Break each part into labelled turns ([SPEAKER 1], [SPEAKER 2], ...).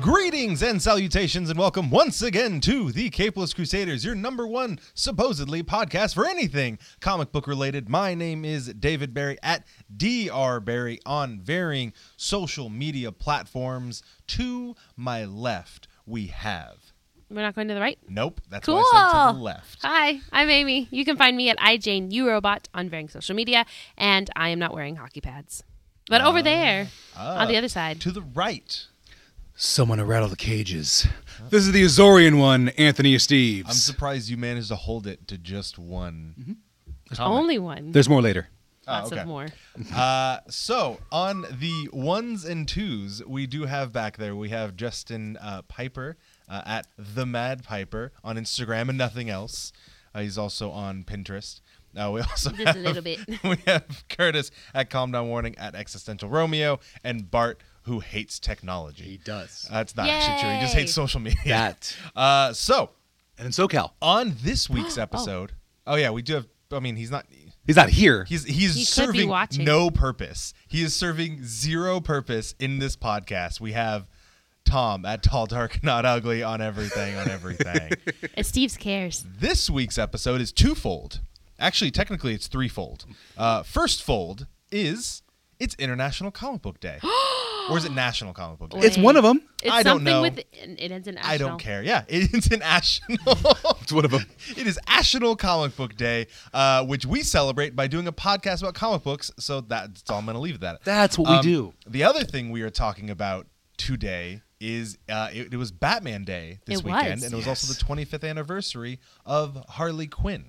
[SPEAKER 1] Greetings and salutations, and welcome once again to the Capeless Crusaders, your number one supposedly podcast for anything comic book related. My name is David Barry at DR Barry on varying social media platforms. To my left, we have.
[SPEAKER 2] We're not going to the right.
[SPEAKER 1] Nope, that's why I said to the
[SPEAKER 2] Cool.
[SPEAKER 1] left.
[SPEAKER 2] Hi, I'm Amy. You can find me at iJaneUrobot on varying social media, and I am not wearing hockey pads. But
[SPEAKER 1] Uh,
[SPEAKER 2] over there, on the other side,
[SPEAKER 1] To the right,
[SPEAKER 3] Someone to rattle the cages. This is the Azorian one, Anthony Steves.
[SPEAKER 1] I'm surprised you managed to hold it to just one. comic.
[SPEAKER 2] only one.
[SPEAKER 3] There's more later.
[SPEAKER 1] Oh,
[SPEAKER 2] Lots
[SPEAKER 1] okay.
[SPEAKER 2] of more.
[SPEAKER 1] Uh, so on the ones and twos, we do have back there. We have Justin uh, Piper uh, at the Mad Piper on Instagram and nothing else. Uh, he's also on Pinterest. Uh, we also
[SPEAKER 2] Just a
[SPEAKER 1] have,
[SPEAKER 2] little bit.
[SPEAKER 1] We have Curtis at Calm Down Warning at Existential Romeo and Bart who hates technology. Uh,
[SPEAKER 3] does.
[SPEAKER 1] That's not actually true. He just
[SPEAKER 2] Yay.
[SPEAKER 1] hates social media.
[SPEAKER 3] That.
[SPEAKER 1] Uh, so
[SPEAKER 3] And in SoCal.
[SPEAKER 1] on this week's episode, oh yeah, we do have. I mean, he's not.
[SPEAKER 3] He's not here.
[SPEAKER 1] He's he's
[SPEAKER 2] He could be
[SPEAKER 1] serving
[SPEAKER 2] watching.
[SPEAKER 1] no purpose. He is serving zero purpose in this podcast. We have Tom at Tall Dark Not Ugly on everything on everything.
[SPEAKER 2] It's Steve's cares.
[SPEAKER 1] this week's episode is twofold. Actually, technically, it's threefold. Uh, first fold is it's International Comic Book Day, or is it National Comic Book Day?
[SPEAKER 3] it's one of them.
[SPEAKER 2] It's
[SPEAKER 1] I don't
[SPEAKER 2] something
[SPEAKER 1] know.
[SPEAKER 2] with it ends in
[SPEAKER 1] I
[SPEAKER 2] ational.
[SPEAKER 1] don't care. Yeah, it's an national.
[SPEAKER 3] It's one of them.
[SPEAKER 1] It is National Comic Book Day, uh, which we celebrate by doing a podcast about comic books. So that's all I'm going to leave that. at.
[SPEAKER 3] That's what we do.
[SPEAKER 1] Um, The other thing we are talking about today is uh, it, it was Batman Day this
[SPEAKER 2] It was.
[SPEAKER 1] weekend, and it was also
[SPEAKER 3] Yes.
[SPEAKER 1] the 25th anniversary of Harley Quinn.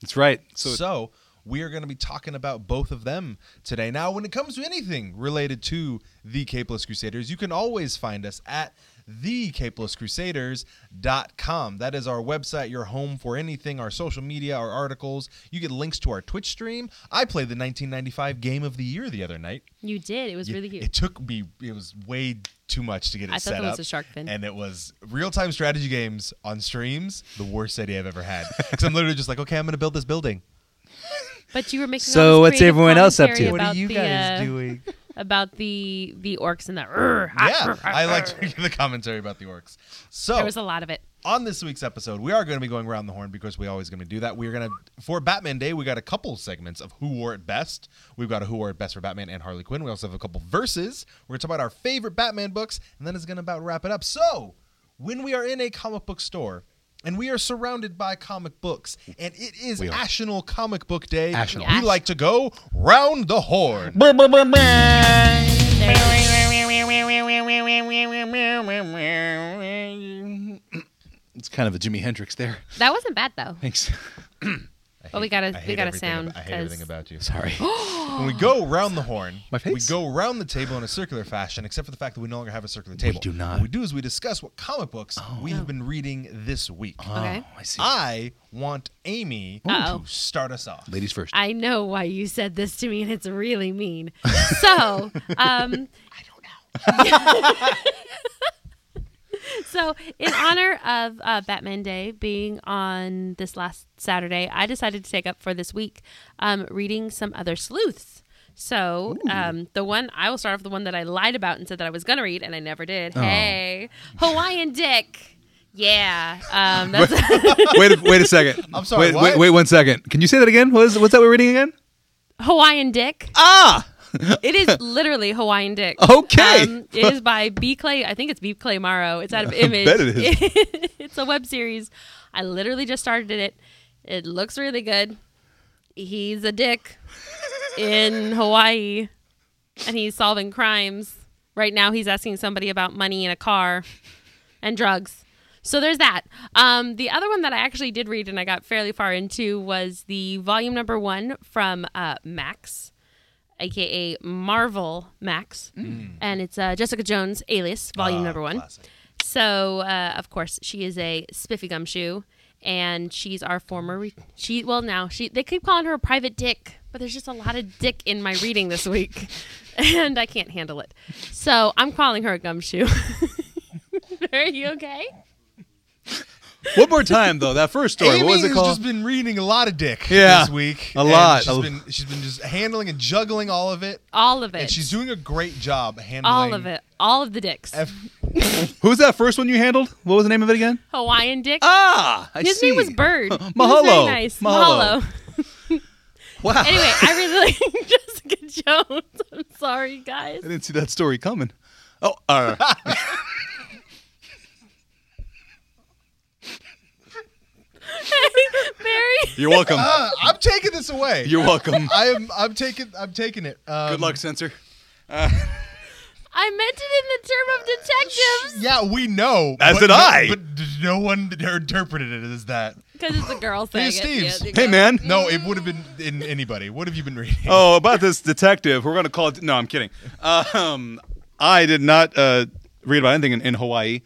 [SPEAKER 3] That's right.
[SPEAKER 1] So,
[SPEAKER 3] So,
[SPEAKER 1] we are going to be talking about both of them today. Now, when it comes to anything related to the Capeless Crusaders, you can always find us at thecapelesscrusaders.com. That is our website, your home for anything, our social media, our articles. You get links to our Twitch stream. I played the 1995 Game of the Year the other night.
[SPEAKER 2] You did. It was
[SPEAKER 1] Yeah,
[SPEAKER 2] really cute.
[SPEAKER 1] It took me. It was way too much to get it
[SPEAKER 2] I thought
[SPEAKER 1] set
[SPEAKER 2] that was
[SPEAKER 1] up.
[SPEAKER 2] a shark fin.
[SPEAKER 1] And it was real-time strategy games on streams. The worst idea I've ever had. Because I'm literally just like, okay, I'm gonna build this building.
[SPEAKER 2] but you were making.
[SPEAKER 3] So
[SPEAKER 2] all this
[SPEAKER 3] what's
[SPEAKER 2] creative
[SPEAKER 3] everyone else up to?
[SPEAKER 2] commentary
[SPEAKER 3] What
[SPEAKER 2] about the, uh,
[SPEAKER 1] doing?
[SPEAKER 2] About the the orcs and the. "Urgh, ah,
[SPEAKER 1] yeah,
[SPEAKER 2] urgh, ah,
[SPEAKER 1] I liked
[SPEAKER 2] urgh."
[SPEAKER 1] the commentary about the orcs. So
[SPEAKER 2] There was a lot of it.
[SPEAKER 1] on this week's episode, we are going to be going around the horn because we always going to do that. We're going to for Batman Day, we got a couple segments of who wore it best. We've got a who wore it best for Batman and Harley Quinn. We also have a couple verses. We're going to talk about our favorite Batman books, and then it's going to about wrap it up. So when we are in a comic book store. And we are surrounded by comic books, and it is
[SPEAKER 3] We are.
[SPEAKER 1] National Comic Book Day.
[SPEAKER 3] National.
[SPEAKER 1] We like to go round the horn.
[SPEAKER 3] it's kind of a Jimi Hendrix there.
[SPEAKER 2] That wasn't bad though.
[SPEAKER 3] Thanks.
[SPEAKER 2] But we gotta
[SPEAKER 1] I hate
[SPEAKER 2] we gotta
[SPEAKER 1] everything
[SPEAKER 2] sound.
[SPEAKER 1] ab- I hate
[SPEAKER 2] 'cause-
[SPEAKER 1] everything about you.
[SPEAKER 3] Sorry.
[SPEAKER 1] When we go around the horn,
[SPEAKER 3] My
[SPEAKER 1] we
[SPEAKER 3] face?
[SPEAKER 1] go around the table in a circular fashion, except for the fact that we no longer have a circular table.
[SPEAKER 3] do not.
[SPEAKER 1] What we do is we discuss what comic books we have been reading this week.
[SPEAKER 2] Okay.
[SPEAKER 3] Oh, I see.
[SPEAKER 1] I want Amy
[SPEAKER 2] Uh-oh.
[SPEAKER 1] to start us off.
[SPEAKER 3] Ladies first.
[SPEAKER 2] I know why you said this to me, and it's really mean. So, um, so in honor of uh, Batman Day being on this last Saturday, I decided to take up for this week um, reading some other sleuths. So um, the one I will start off with the one that I lied about and said that I was gonna read and I never did. Hey, Hawaiian Dick. Yeah, um, that's
[SPEAKER 3] wait, a, wait a second.
[SPEAKER 1] I'm sorry,
[SPEAKER 3] Wait,
[SPEAKER 1] what?
[SPEAKER 3] wait, wait one second. Can you say that again? What is, what's that we're reading again?
[SPEAKER 2] Hawaiian Dick.
[SPEAKER 3] Ah!
[SPEAKER 2] It is literally Hawaiian Dick. Um,
[SPEAKER 3] Okay.
[SPEAKER 2] it is by B Clay. I think it's B Clay Morrow. It's out of Image.
[SPEAKER 3] bet it
[SPEAKER 2] is. it's a web series. I literally just started it. It looks really good. He's a dick in Hawaii, and he's solving crimes. Right now, he's asking somebody about money in a car and drugs. So there's that. Um, the other one that I actually did read and I got fairly far into was the volume number one from uh, Max aka Marvel Max, and it's uh, Jessica Jones, Alias, volume number one.
[SPEAKER 1] classic.
[SPEAKER 2] So, uh, of course, she is a spiffy gumshoe, and she's our former. Re- she well now she they keep calling her a private dick, but there's just a lot of dick in my reading this week, and I can't handle it. So I'm calling her a gumshoe. Are you okay?
[SPEAKER 3] One more time, though. That first story.
[SPEAKER 1] Amy
[SPEAKER 3] what was it
[SPEAKER 1] has
[SPEAKER 3] called?
[SPEAKER 1] just been reading a lot of dick
[SPEAKER 3] Yeah,
[SPEAKER 1] this week.
[SPEAKER 3] a
[SPEAKER 1] and
[SPEAKER 3] lot.
[SPEAKER 1] She's
[SPEAKER 3] A-
[SPEAKER 1] been, she's been just handling and juggling all of it,
[SPEAKER 2] All of it.
[SPEAKER 1] and she's doing a great job handling
[SPEAKER 2] all of it. All of the dicks.
[SPEAKER 1] ev-
[SPEAKER 3] Who was that first one you handled? What was the name of it again?
[SPEAKER 2] Hawaiian dick.
[SPEAKER 3] Ah, I
[SPEAKER 2] His
[SPEAKER 3] see.
[SPEAKER 2] name was Bird. He was
[SPEAKER 3] Mahalo.
[SPEAKER 2] very nice.
[SPEAKER 3] Mahalo.
[SPEAKER 2] Mahalo.
[SPEAKER 3] Wow,
[SPEAKER 2] Anyway, I really like Jessica Jones. I'm sorry, guys.
[SPEAKER 3] I didn't see that story coming. Oh, uh,
[SPEAKER 2] Mary.
[SPEAKER 3] you're welcome.
[SPEAKER 1] Uh, I'm taking this away.
[SPEAKER 3] You're welcome.
[SPEAKER 1] I am. I'm taking. I'm taking it. Um,
[SPEAKER 3] Good luck, censor.
[SPEAKER 2] I meant it in the term of detectives
[SPEAKER 1] Yeah, we know.
[SPEAKER 3] As
[SPEAKER 1] but
[SPEAKER 3] did
[SPEAKER 1] no-
[SPEAKER 3] I.
[SPEAKER 1] But no one interpreted it as that.
[SPEAKER 2] because it's a girl saying it.
[SPEAKER 1] Steve's.
[SPEAKER 2] Yeah, there you
[SPEAKER 3] Hey,
[SPEAKER 2] go.
[SPEAKER 3] man.
[SPEAKER 1] No, it would have been in anybody. What have you been reading?
[SPEAKER 3] Oh, about this detective. We're gonna call. It, no, I'm kidding. Um, I did not uh, read about anything in, in Hawaii,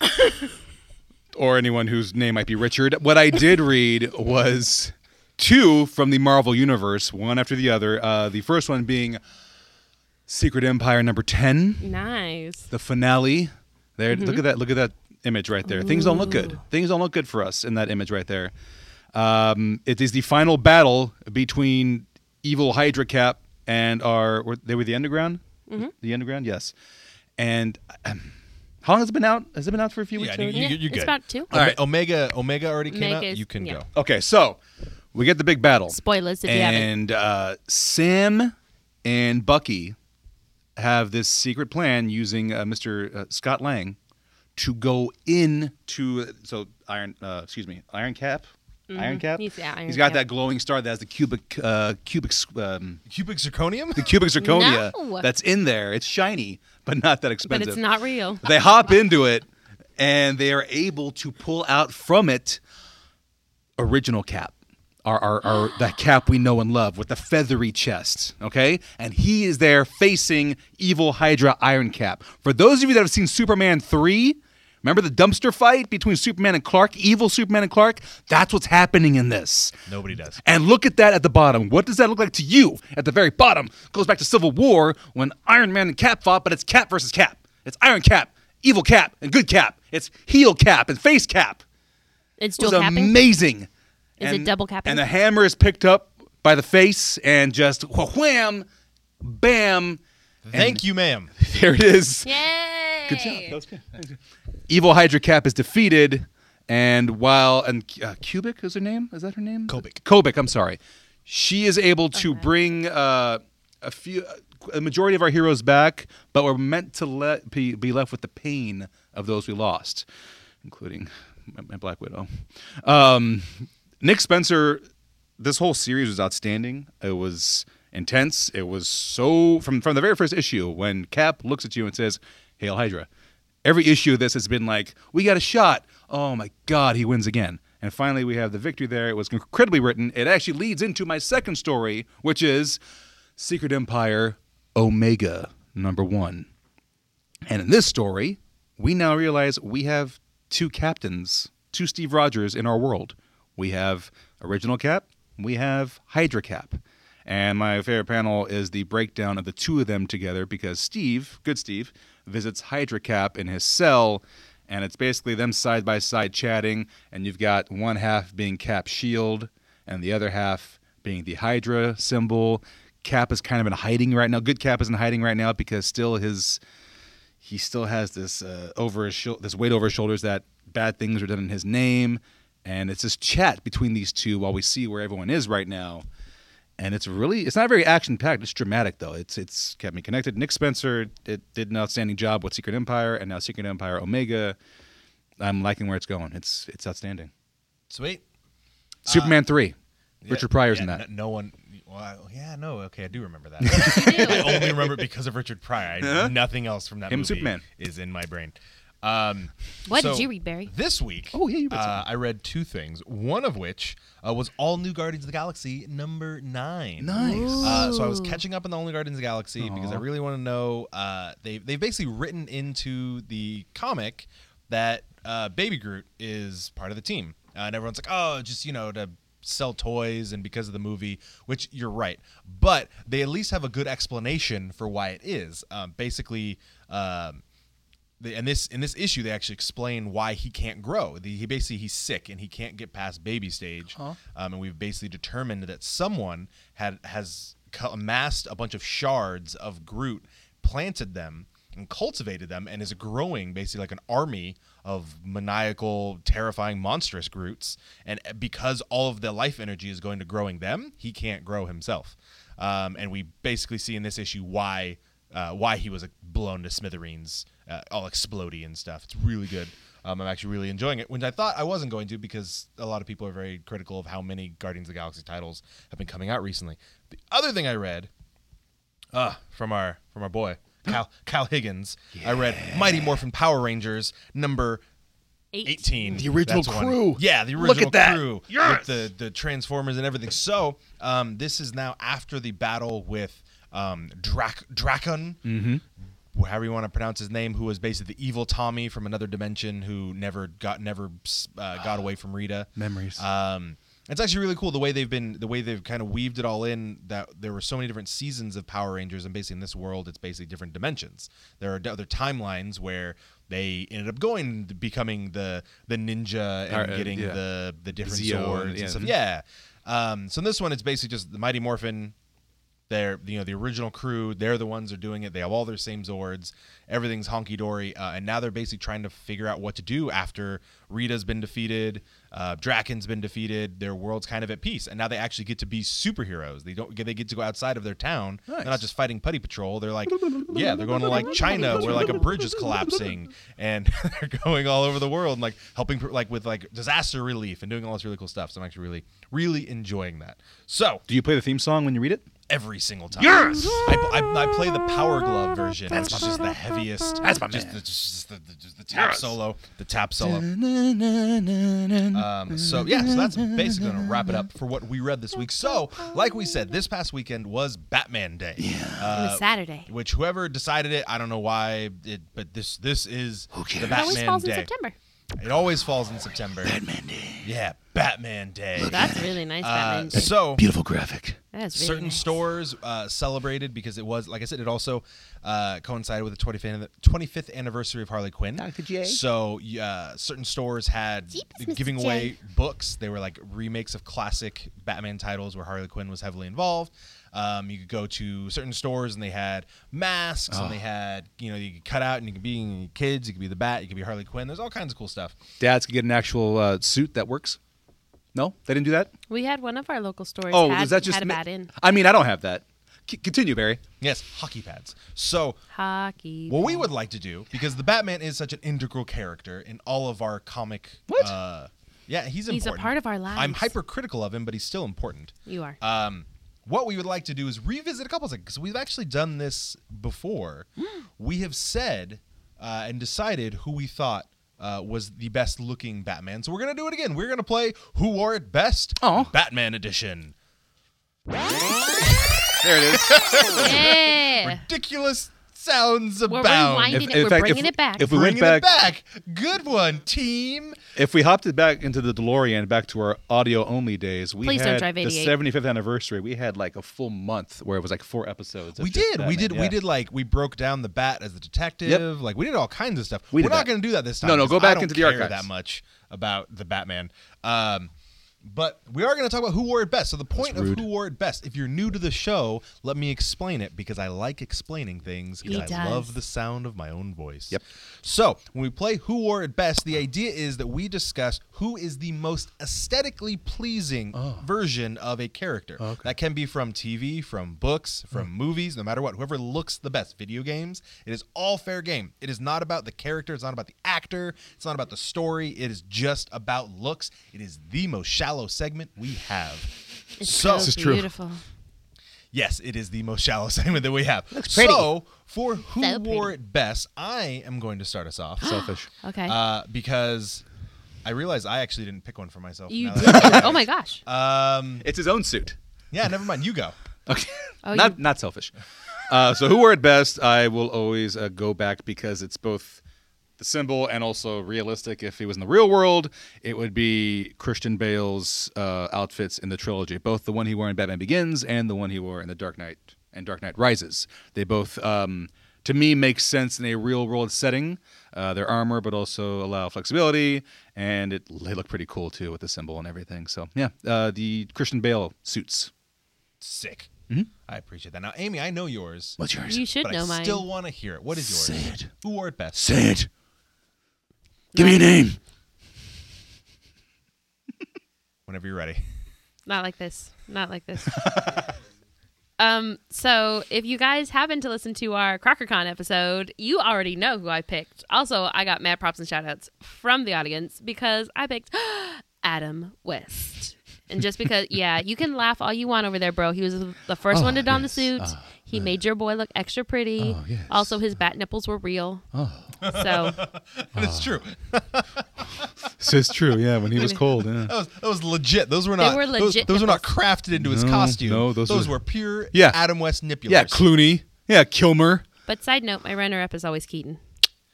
[SPEAKER 3] or anyone whose name might be Richard. What I did read was two from the Marvel universe, one after the other. Uh, the first one being Secret Empire number ten,
[SPEAKER 2] Nice.
[SPEAKER 3] the finale. There,
[SPEAKER 1] Mm-hmm.
[SPEAKER 3] look at that. Look at that image right there. Things don't look good. Things don't look good for us in that image right there. Um, it is the final battle between evil Hydra Cap and our. Were, they were the Underground.
[SPEAKER 1] Mm-hmm.
[SPEAKER 3] The Underground, yes. And um, how long has it been out? Has it been out for a few
[SPEAKER 1] Yeah,
[SPEAKER 3] weeks?
[SPEAKER 1] you-
[SPEAKER 3] already?
[SPEAKER 1] you-
[SPEAKER 2] Yeah,
[SPEAKER 1] you're
[SPEAKER 2] It's
[SPEAKER 1] good.
[SPEAKER 2] about two.
[SPEAKER 1] All right, Omega. Omega already came out.
[SPEAKER 2] Omega's-
[SPEAKER 1] You can
[SPEAKER 2] yeah.
[SPEAKER 1] go.
[SPEAKER 3] Okay, so we get the big battle.
[SPEAKER 2] Spoilers if you haven't.
[SPEAKER 3] and uh, Sam and Bucky have this secret plan using uh, Mr. Uh, Scott Lang to go in to so Iron. Uh, excuse me, Iron Cap. Iron Cap.
[SPEAKER 2] Mm-hmm. He's- yeah, Iron
[SPEAKER 3] He's got
[SPEAKER 2] Cap.
[SPEAKER 3] that glowing star that has the cubic uh, cubic s- um,
[SPEAKER 1] Cubic zirconium.
[SPEAKER 3] the cubic zirconia
[SPEAKER 2] No.
[SPEAKER 3] that's in there. It's shiny, but not that
[SPEAKER 2] But
[SPEAKER 3] expensive
[SPEAKER 2] it's not real.
[SPEAKER 3] they hop into it and they are able to pull out from it original cap our, our, our the cap we know and love with the feathery chest okay and he is there facing evil hydra iron cap for those of you that have seen superman 3 remember the dumpster fight between superman and clark evil superman and clark that's what's happening in this
[SPEAKER 1] Nobody does.
[SPEAKER 3] and look at that at the bottom. What does that look like to you at the very bottom? Goes back to Civil War when Iron Man and Cap fought, but it's Cap versus Cap. It's Iron Cap, Evil Cap, and Good Cap. It's heel Cap and face Cap.
[SPEAKER 2] It's
[SPEAKER 3] It was
[SPEAKER 2] dual capping.
[SPEAKER 3] amazing.
[SPEAKER 2] Is it double capping?
[SPEAKER 3] And the hammer is picked up by the face and just wh- wham, bam.
[SPEAKER 1] Thank you, ma'am.
[SPEAKER 3] you. There it is.
[SPEAKER 2] Yay!
[SPEAKER 3] Good job. That was good. Evil Hydra Cap is defeated, and while and uh, Cubic is her name. Is that her name?
[SPEAKER 1] Kobik.
[SPEAKER 3] Kobik. I'm sorry. She is able to bring uh, a few, a majority of our heroes back, but we're meant to let be, be left with the pain of those we lost, including my, my Black Widow. Um, Nick Spencer. This whole series was outstanding. It was intense. It was so from from the very first issue when Cap looks at you and says, "Hail Hydra." Every issue of this has been like, we got a shot. Oh my God, he wins again. And finally, we have the victory there. It was incredibly written. It actually leads into my second story, which is Secret Empire Omega number one. And in this story, we now realize we have two captains, two Steve Rogers in our world. We have Original Cap, we have Hydra Cap. And my favorite panel is the breakdown of the two of them together because Steve, good Steve, visits Hydra Cap in his cell. And it's basically them side by side chatting. And you've got one half being Cap Shield and the other half being the Hydra symbol. Cap is kind of in hiding right now. Good Cap is in hiding right now because still his he still has this uh, over his shou- this weight over his shoulders that bad things are done in his name, and it's this chat between these two while we see where everyone is right now, and it's really it's not very action packed. It's dramatic though. It's it's kept me connected. Nick Spencer it did an outstanding job with Secret Empire, and now Secret Empire Omega. I'm liking where it's going. It's it's outstanding.
[SPEAKER 1] Sweet.
[SPEAKER 3] Superman three,
[SPEAKER 1] Uh, Yeah,
[SPEAKER 3] Richard Pryor's in
[SPEAKER 1] yeah,
[SPEAKER 3] that.
[SPEAKER 1] n- No, one. Well, yeah, no. Okay, I do remember that. I only remember it because of Richard Pryor. I,
[SPEAKER 2] Uh-huh.
[SPEAKER 1] Nothing else from that
[SPEAKER 3] Him,
[SPEAKER 1] movie
[SPEAKER 3] Superman.
[SPEAKER 1] is in my brain. Um,
[SPEAKER 2] What did
[SPEAKER 1] so
[SPEAKER 2] you read, Barry?
[SPEAKER 1] This week,
[SPEAKER 3] Oh, yeah, you read
[SPEAKER 1] uh, I read two things. One of which uh, was All New Guardians of the Galaxy number nine.
[SPEAKER 3] Nice.
[SPEAKER 1] Uh, so I was
[SPEAKER 2] Ooh.
[SPEAKER 1] catching up on the Only Guardians of the Galaxy because I really want to know. Uh, they they've basically written into the comic that uh, Baby Groot is part of the team, uh, and everyone's like, oh, just you know to sell toys and because of the movie, which you're right, but they at least have a good explanation for why it is. Um, basically. Um, the, and this in this issue they actually explain why he can't grow. The, he basically he's sick and he can't get past baby stage. Um, and we've basically determined that someone had has co- amassed a bunch of shards of Groot, planted them, and cultivated them and is growing basically like an army of maniacal, terrifying, monstrous Groots. And uh, because all of the life energy is going to growing them, he can't grow himself. Um, and we basically see in this issue why uh, why he was like, blown to smithereens, uh, all explodey and stuff. It's really good. Um, I'm actually really enjoying it, which I thought I wasn't going to because a lot of people are very critical of how many Guardians of the Galaxy titles have been coming out recently. The other thing I read uh, from our from our boy Cal Cal Higgins, I read Mighty Morphin Power Rangers number 18.
[SPEAKER 4] The original
[SPEAKER 1] That's one.
[SPEAKER 4] crew.
[SPEAKER 1] Yeah, the original
[SPEAKER 3] Look at that.
[SPEAKER 1] crew.
[SPEAKER 3] Yes.
[SPEAKER 1] With the, the Transformers and everything. So, um, this is now after the battle with um, Drac- Dracon,
[SPEAKER 3] Mm-hmm.
[SPEAKER 1] however you want to pronounce his name, who was basically the evil Tommy from another dimension who never got never uh, got away from Rita.
[SPEAKER 3] Ah. Memories.
[SPEAKER 1] Um, it's actually really cool the way they've been the way they've kind of weaved it all in that there were so many different seasons of Power Rangers and basically in this world it's basically different dimensions. There are d- other timelines where they ended up going to becoming the the ninja and
[SPEAKER 3] Or, uh,
[SPEAKER 1] getting
[SPEAKER 3] yeah.
[SPEAKER 1] the the different
[SPEAKER 3] Zeo and-
[SPEAKER 1] swords and
[SPEAKER 3] yeah.
[SPEAKER 1] stuff. Yeah. Um, so in this one it's basically just the Mighty Morphin they're you know the original crew they're the ones that are doing it they have all their same zords everything's honky dory uh, and now they're basically trying to figure out what to do after rita's been defeated uh, draken's been defeated their world's kind of at peace and now they actually get to be superheroes they don't they get to go outside of their town
[SPEAKER 3] Nice.
[SPEAKER 1] they're not just fighting putty patrol they're like yeah they're going to like china where like a bridge is collapsing and they're going all over the world and like helping like with like disaster relief and doing all this really cool stuff so i'm actually really really enjoying that so
[SPEAKER 3] Do you play the theme song when you read it?
[SPEAKER 1] every single time. Yes, I, I, I play the Power Glove version. That's which is the heaviest. That's my just, The, just the, the, just the tap solo, the tap solo. Um, so yeah, so that's basically gonna wrap it up for what we read this week. So, like we said, this past weekend was Batman Day. Uh,
[SPEAKER 2] it
[SPEAKER 3] uh,
[SPEAKER 2] was Saturday.
[SPEAKER 1] Which whoever decided it, I don't know why, it, but this this is the
[SPEAKER 2] It always
[SPEAKER 1] Batman
[SPEAKER 2] falls
[SPEAKER 1] Day.
[SPEAKER 2] in September.
[SPEAKER 1] It always falls in September. Batman Day. Yeah, Batman Day.
[SPEAKER 2] That's really nice,
[SPEAKER 1] Uh,
[SPEAKER 2] Batman. Day.
[SPEAKER 1] so
[SPEAKER 4] Beautiful graphic.
[SPEAKER 2] That is really
[SPEAKER 1] certain
[SPEAKER 2] nice.
[SPEAKER 1] stores uh, celebrated because it was like I said, it also uh, coincided with the 25th, 25th anniversary of Harley Quinn.
[SPEAKER 3] Dr. J.
[SPEAKER 1] So uh, certain stores had
[SPEAKER 2] Jeepers, Mr.
[SPEAKER 1] giving
[SPEAKER 2] J.
[SPEAKER 1] away books. They were like remakes of classic Batman titles where Harley Quinn was heavily involved. Um, you could go to certain stores and they had masks and they had you know you could cut out and you could be kids, you could be the Bat, you could be Harley Quinn. There's all kinds of cool stuff.
[SPEAKER 3] Dads could get an actual uh, suit that works. No, they didn't do that.
[SPEAKER 2] we had one of our local stores.
[SPEAKER 3] Oh,
[SPEAKER 2] had,
[SPEAKER 3] is that just
[SPEAKER 2] had a
[SPEAKER 3] me-
[SPEAKER 2] bat in
[SPEAKER 3] I mean, I don't have that. C- continue, Barry.
[SPEAKER 1] Yes, hockey pads. So
[SPEAKER 2] hockey?
[SPEAKER 1] What we would like to do, because the Batman is such an integral character in all of our comic.
[SPEAKER 3] What?
[SPEAKER 1] Uh, yeah, he's important.
[SPEAKER 2] He's a part of our
[SPEAKER 1] I'm
[SPEAKER 2] lives.
[SPEAKER 1] hypercritical of him, but he's still important.
[SPEAKER 2] you are.
[SPEAKER 3] Uh,
[SPEAKER 1] Um, what we would like to do is revisit a couple of things because we've actually done this before.
[SPEAKER 2] Hmm.
[SPEAKER 1] we have said uh, and decided who we thought uh, was the best looking Batman. So we're gonna do it again. We're gonna play Who Wore It Best
[SPEAKER 3] Aw.
[SPEAKER 2] Oh.
[SPEAKER 1] Batman Edition.
[SPEAKER 3] There it is.
[SPEAKER 2] yeah.
[SPEAKER 1] Ridiculous sounds
[SPEAKER 2] We're
[SPEAKER 1] abound.
[SPEAKER 2] rewinding it. We're bringing
[SPEAKER 3] if,
[SPEAKER 2] it back.
[SPEAKER 3] If we
[SPEAKER 1] Bringing
[SPEAKER 3] went
[SPEAKER 1] it
[SPEAKER 3] back,
[SPEAKER 1] back. Good one, team.
[SPEAKER 3] if we hopped it back into the DeLorean, back to our audio only days, we
[SPEAKER 2] Please don't
[SPEAKER 3] had
[SPEAKER 2] drive
[SPEAKER 3] the
[SPEAKER 2] 88.
[SPEAKER 3] 75th anniversary. We had like a full month where it was like four episodes. of
[SPEAKER 1] we
[SPEAKER 3] just
[SPEAKER 1] did we
[SPEAKER 3] Batman,
[SPEAKER 1] did we
[SPEAKER 3] yeah.
[SPEAKER 1] did like we broke down the bat as a detective like we did all kinds of stuff
[SPEAKER 3] We
[SPEAKER 1] we are
[SPEAKER 3] did
[SPEAKER 1] not
[SPEAKER 3] that.
[SPEAKER 1] going to do that this time
[SPEAKER 3] No, no,
[SPEAKER 1] 'cause
[SPEAKER 3] go
[SPEAKER 1] I
[SPEAKER 3] back
[SPEAKER 1] don't
[SPEAKER 3] into the
[SPEAKER 1] care
[SPEAKER 3] archives.
[SPEAKER 1] that much about the batman um but we are going to talk about who wore it best. So the point of
[SPEAKER 3] rude.
[SPEAKER 1] who wore it best. If you're new to the show, let me explain it because I like explaining things
[SPEAKER 2] He
[SPEAKER 1] because I
[SPEAKER 2] does.
[SPEAKER 1] love the sound of my own voice.
[SPEAKER 3] Yep.
[SPEAKER 1] So when we play Who Wore It Best, the idea is that we discuss who is the most aesthetically pleasing version of a character. That can be from TV, from books, from movies, no matter what. Whoever looks the best, video games, it is all fair game. It is not about the character, it's not about the actor, it's not about the story, it is just about looks. It is the most shallow segment we have.
[SPEAKER 2] It's
[SPEAKER 1] so
[SPEAKER 2] so
[SPEAKER 3] This is true.
[SPEAKER 2] beautiful.
[SPEAKER 1] Yes, it is the most shallow segment that we have.
[SPEAKER 4] pretty.
[SPEAKER 1] So, for who
[SPEAKER 2] So
[SPEAKER 1] wore
[SPEAKER 2] pretty.
[SPEAKER 1] it best, I am going to start us off.
[SPEAKER 3] Selfish.
[SPEAKER 2] Okay.
[SPEAKER 1] Uh, because I realized I actually didn't pick one for myself.
[SPEAKER 2] you
[SPEAKER 1] now
[SPEAKER 2] did.
[SPEAKER 1] that-
[SPEAKER 2] oh my gosh.
[SPEAKER 3] Uh,
[SPEAKER 1] Um,
[SPEAKER 3] It's his own suit.
[SPEAKER 1] yeah, never mind. You go.
[SPEAKER 3] Okay.
[SPEAKER 2] Oh,
[SPEAKER 3] not
[SPEAKER 2] you-
[SPEAKER 3] not selfish. Uh, so who were it best? I will always uh, go back because it's both the symbol and also realistic. If it was in the real world, it would be Christian Bale's uh, outfits in the trilogy, both the one he wore in Batman Begins and the one he wore in The Dark Knight and Dark Knight Rises. They both, um, to me, make sense in a real world setting. Uh, their armor, but also allow flexibility, and it they look pretty cool too with the symbol and everything. So yeah, uh, the Christian Bale suits.
[SPEAKER 1] Sick. I appreciate that. Now, Amy, I know yours.
[SPEAKER 3] What's yours?
[SPEAKER 2] You should
[SPEAKER 1] but
[SPEAKER 2] know
[SPEAKER 1] I
[SPEAKER 2] mine.
[SPEAKER 1] still want to hear it. What is yours?
[SPEAKER 3] Say it.
[SPEAKER 1] Who wore it best?
[SPEAKER 3] Say it. Give me a name.
[SPEAKER 1] Whenever you're ready.
[SPEAKER 2] Not like this. Not like this. um. So if you guys happen to listen to our CrockerCon episode, you already know who I picked. Also, I got mad props and shout outs from the audience because I picked Adam West. And just because, yeah, you can laugh all you want over there, bro. He was the first
[SPEAKER 3] Oh,
[SPEAKER 2] one to don
[SPEAKER 3] yes.
[SPEAKER 2] the suit.
[SPEAKER 3] Oh,
[SPEAKER 2] he made your boy look extra pretty.
[SPEAKER 3] Oh, yes.
[SPEAKER 2] Also, his bat nipples were real.
[SPEAKER 3] Oh,
[SPEAKER 2] So
[SPEAKER 1] That's true.
[SPEAKER 3] so it's true. Yeah, when he was cold. Yeah.
[SPEAKER 1] That was, that was legit. Those were not.
[SPEAKER 2] were
[SPEAKER 1] those-
[SPEAKER 2] legit
[SPEAKER 1] Those, were not crafted into his
[SPEAKER 3] No,
[SPEAKER 1] costume.
[SPEAKER 3] no, those
[SPEAKER 1] were,
[SPEAKER 3] were-
[SPEAKER 1] pure
[SPEAKER 3] Yeah.
[SPEAKER 1] Adam West nippulars.
[SPEAKER 3] Yeah, Clooney. Yeah, Kilmer.
[SPEAKER 2] But side note, my runner up is always Keaton.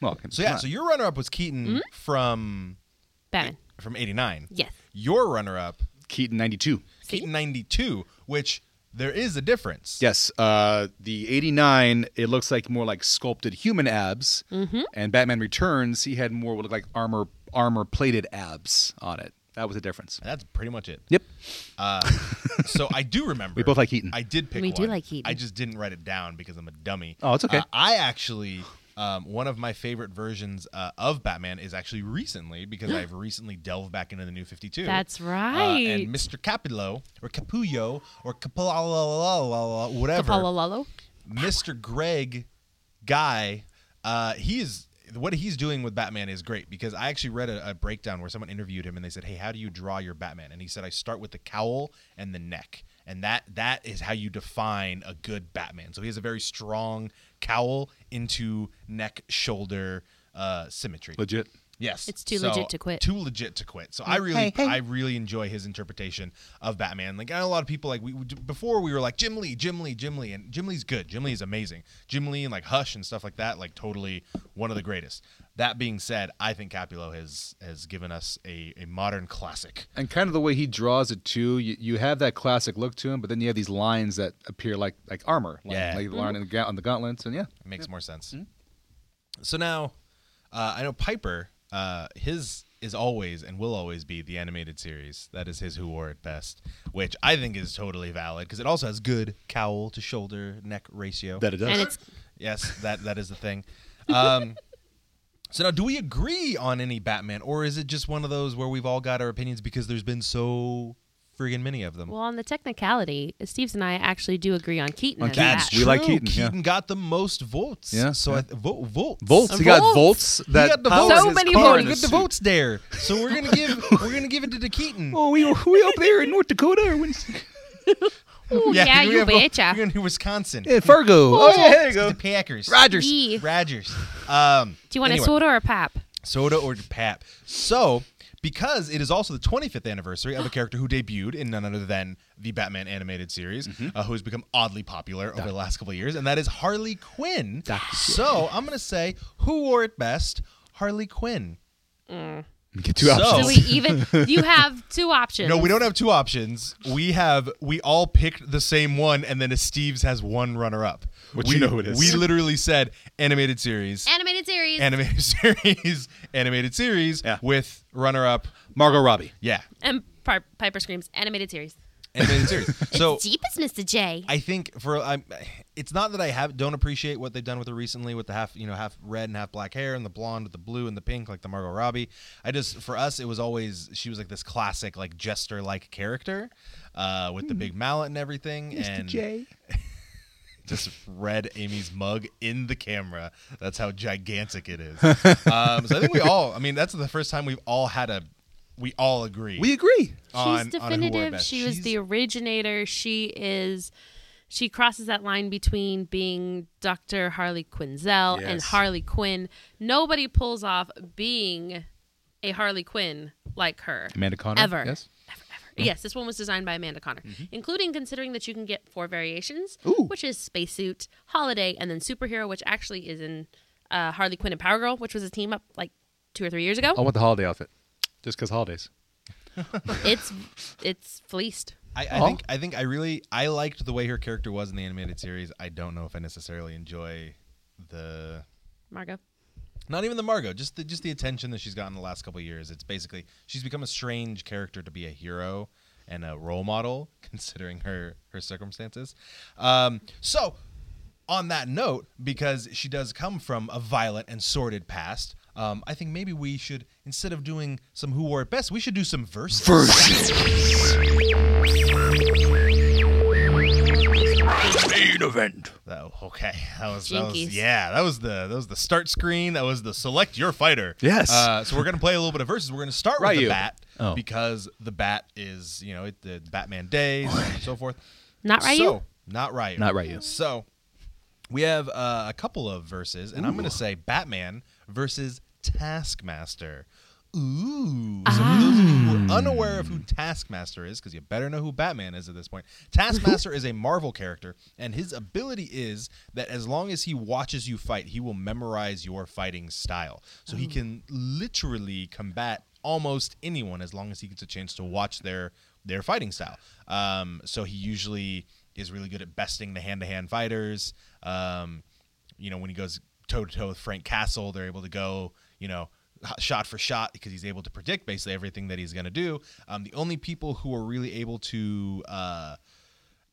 [SPEAKER 3] Well,
[SPEAKER 1] So yeah, so your runner-up was Keaton
[SPEAKER 2] Mm-hmm.
[SPEAKER 1] from
[SPEAKER 2] Batman.
[SPEAKER 1] from '89.
[SPEAKER 2] Yes.
[SPEAKER 1] Your runner-up
[SPEAKER 3] Keaton '92.
[SPEAKER 2] See?
[SPEAKER 1] Keaton '92, which there is a difference.
[SPEAKER 3] Yes, uh, the '89. It looks like more like sculpted human abs,
[SPEAKER 1] Mm-hmm.
[SPEAKER 3] and Batman Returns. He had more what looked like armor armor plated abs on it. That was the difference.
[SPEAKER 1] That's pretty much it.
[SPEAKER 3] Yep.
[SPEAKER 1] So I do remember.
[SPEAKER 3] We both like Keaton.
[SPEAKER 1] I did pick
[SPEAKER 2] We do
[SPEAKER 1] one.
[SPEAKER 2] like Keaton.
[SPEAKER 1] I just didn't write it down because I'm a dummy.
[SPEAKER 3] Oh, it's okay.
[SPEAKER 1] Uh, I actually, um, one of my favorite versions uh, of Batman is actually recently because I've recently delved back into the new 52.
[SPEAKER 2] That's
[SPEAKER 1] Uh,
[SPEAKER 2] right.
[SPEAKER 1] and Mr. Capullo or Capullo or Capullo, whatever.
[SPEAKER 2] Kapalolalo.
[SPEAKER 1] Mr. Greg guy, uh, he is what he's doing with Batman is great because I actually read a, a breakdown where someone interviewed him and they said, "Hey, how do you draw your Batman?" And he said, "I start with the cowl and the neck, and that that is how you define a good Batman." So he has a very strong cowl into neck shoulder uh, symmetry.
[SPEAKER 3] Legit.
[SPEAKER 1] Yes,
[SPEAKER 2] It's too legit to quit.
[SPEAKER 1] Too legit to quit. So I really, I really enjoy his interpretation of Batman. Like I know a lot of people like we we- before we were like Jim Lee, Jim Lee, Jim Lee, and Jim Lee's good. Jim Lee is amazing. Jim Lee and like Hush and stuff like that, like totally one of the greatest. That being said, I think Capullo has has given us a, a modern classic.
[SPEAKER 3] And kind of the way he draws it too, you, you have that classic look to him, but then you have these lines that appear like like armor, like,
[SPEAKER 1] Yeah. Mm-hmm.
[SPEAKER 3] like the line in the ga- on the gauntlets, and yeah,
[SPEAKER 1] It makes more sense. So now, uh, I know Piper. Uh, his is always and will always be the animated series. That is his who wore it best, which I think is totally valid because it also has good cowl to shoulder neck ratio.
[SPEAKER 3] it
[SPEAKER 2] And it's
[SPEAKER 1] yes, that that is the thing. Um, so now, do we agree on any Batman, or is it just one of those where we've all got our opinions because there's been so friggin' many of them?
[SPEAKER 2] well on the technicality, Steve's and I actually do agree on Keaton.
[SPEAKER 3] On
[SPEAKER 2] as
[SPEAKER 3] Keaton.
[SPEAKER 1] That's
[SPEAKER 2] that.
[SPEAKER 3] We like
[SPEAKER 1] true.
[SPEAKER 3] Keaton, yeah.
[SPEAKER 1] got the most votes.
[SPEAKER 3] Yeah,
[SPEAKER 1] So
[SPEAKER 3] yeah.
[SPEAKER 1] I th- vote votes.
[SPEAKER 3] volts. He got volts. That
[SPEAKER 1] he got the
[SPEAKER 3] power
[SPEAKER 1] votes.
[SPEAKER 2] So
[SPEAKER 3] his
[SPEAKER 2] many
[SPEAKER 3] car
[SPEAKER 2] votes.
[SPEAKER 3] in
[SPEAKER 1] You
[SPEAKER 2] You
[SPEAKER 1] got
[SPEAKER 3] the
[SPEAKER 1] the
[SPEAKER 3] suit.
[SPEAKER 1] votes there. So we're gonna give we're gonna give it to the Keaton.
[SPEAKER 3] Oh, we we up there in North Dakota or Winston.
[SPEAKER 2] Ooh, yeah,
[SPEAKER 1] we're gonna
[SPEAKER 2] you
[SPEAKER 1] have-
[SPEAKER 2] betcha.
[SPEAKER 1] We're gonna do Wisconsin.
[SPEAKER 3] Yeah, Fargo. Oh, yeah, there you
[SPEAKER 1] The
[SPEAKER 3] go.
[SPEAKER 1] Packers.
[SPEAKER 3] Rogers.
[SPEAKER 2] Yee.
[SPEAKER 1] Rogers. Um,
[SPEAKER 2] E, Do you want
[SPEAKER 1] anyway.
[SPEAKER 2] a soda or a pap?
[SPEAKER 1] Soda or Pap. So, because it is also the 25th anniversary of a character who debuted in none other than the Batman animated series,
[SPEAKER 3] Mm-hmm.
[SPEAKER 1] uh, who has become oddly popular over the last couple of years, and that is Harley Quinn. So, I'm going to say, who wore it best? Harley Quinn.
[SPEAKER 3] Get two
[SPEAKER 1] So-
[SPEAKER 3] options.
[SPEAKER 2] Do we even? You have two options.
[SPEAKER 1] Oh. No, we don't have two options. We have we all picked the same one, and then Steve's has one runner-up.
[SPEAKER 3] Which
[SPEAKER 1] we,
[SPEAKER 3] you know who it is.
[SPEAKER 1] We literally said animated series,
[SPEAKER 2] Animated series.
[SPEAKER 1] animated series, animated series
[SPEAKER 3] Yeah.
[SPEAKER 1] with runner-up.
[SPEAKER 3] Margot Robbie.
[SPEAKER 1] Yeah,
[SPEAKER 2] and Pi- Piper screams. Animated series.
[SPEAKER 1] animated series. So
[SPEAKER 2] Deep as Mr. J.
[SPEAKER 1] I think for I'm, it's not that I have don't appreciate what they've done with her recently with the half you know half red and half black hair and the blonde with the blue and the pink like the Margot Robbie. I just for us it was always she was like this classic like jester like character uh, with the
[SPEAKER 2] Hmm.
[SPEAKER 1] big mallet and everything and just read Amy's mug in the camera. That's how gigantic it is. um, so I think we all I mean that's the first time we've all had a we all agree.
[SPEAKER 3] We agree.
[SPEAKER 1] on-
[SPEAKER 2] She's
[SPEAKER 1] on who wore it
[SPEAKER 2] definitive.
[SPEAKER 1] best.
[SPEAKER 2] she was
[SPEAKER 1] She's-
[SPEAKER 2] the originator. She is. She crosses that line between being Dr. Harley Quinzel and
[SPEAKER 3] Yes.
[SPEAKER 2] Harley Quinn. Nobody pulls off being a Harley Quinn like her.
[SPEAKER 3] Amanda Connor.
[SPEAKER 2] Ever.
[SPEAKER 3] Yes. Uh-huh. Mm-hmm.
[SPEAKER 2] Ever, ever. Yes, this one was designed by Amanda Connor, including considering that you can get four variations,
[SPEAKER 3] Ooh.
[SPEAKER 2] which is spacesuit, holiday, and then superhero, which actually is in uh, Harley Quinn and Power Girl, which was a team up like two or three years ago.
[SPEAKER 3] I want the holiday outfit, just because holidays.
[SPEAKER 2] It's it's fleeced.
[SPEAKER 1] I, I
[SPEAKER 3] Aw.
[SPEAKER 1] think I think I really I liked the way her character was in the animated series. I don't know if I necessarily enjoy the
[SPEAKER 2] Margot.
[SPEAKER 1] not even the Margot, just the just the attention that she's gotten the last couple of years. It's basically she's become a strange character to be a hero and a role model considering her her circumstances. Um, so, on that note, because she does come from a violent and sordid past, um, I think maybe we should instead of doing some who wore it best, we should do some verses.
[SPEAKER 3] Main event.
[SPEAKER 1] Oh, okay, that was, that was
[SPEAKER 2] Jinkies.
[SPEAKER 1] yeah, that was the that was the start screen. That was the select your fighter.
[SPEAKER 3] Yes.
[SPEAKER 1] Uh, so we're gonna play a little bit of verses. We're gonna start with the
[SPEAKER 3] Ryu.
[SPEAKER 1] bat
[SPEAKER 3] Oh.
[SPEAKER 1] because the bat is you know it, the Batman days and so forth.
[SPEAKER 2] Not Ryu.
[SPEAKER 1] So not Ryu.
[SPEAKER 3] Not Ryu.
[SPEAKER 1] So we have uh, a couple of verses, and I'm gonna say Batman versus Taskmaster. Ooh.
[SPEAKER 2] Ah.
[SPEAKER 1] So for those of you who are unaware of who Taskmaster is, because you better know who Batman is at this point, Taskmaster is a Marvel character, and his ability is that as long as he watches you fight, he will memorize your fighting style. So
[SPEAKER 2] Oh.
[SPEAKER 1] he can literally combat almost anyone as long as he gets a chance to watch their their fighting style. Um, so he usually is really good at besting the hand to hand fighters. Um, you know, when he goes toe to toe with Frank Castle, they're able to go, you know, h- shot for shot because he's able to predict basically everything that he's going to do. Um, the only people who are really able to uh,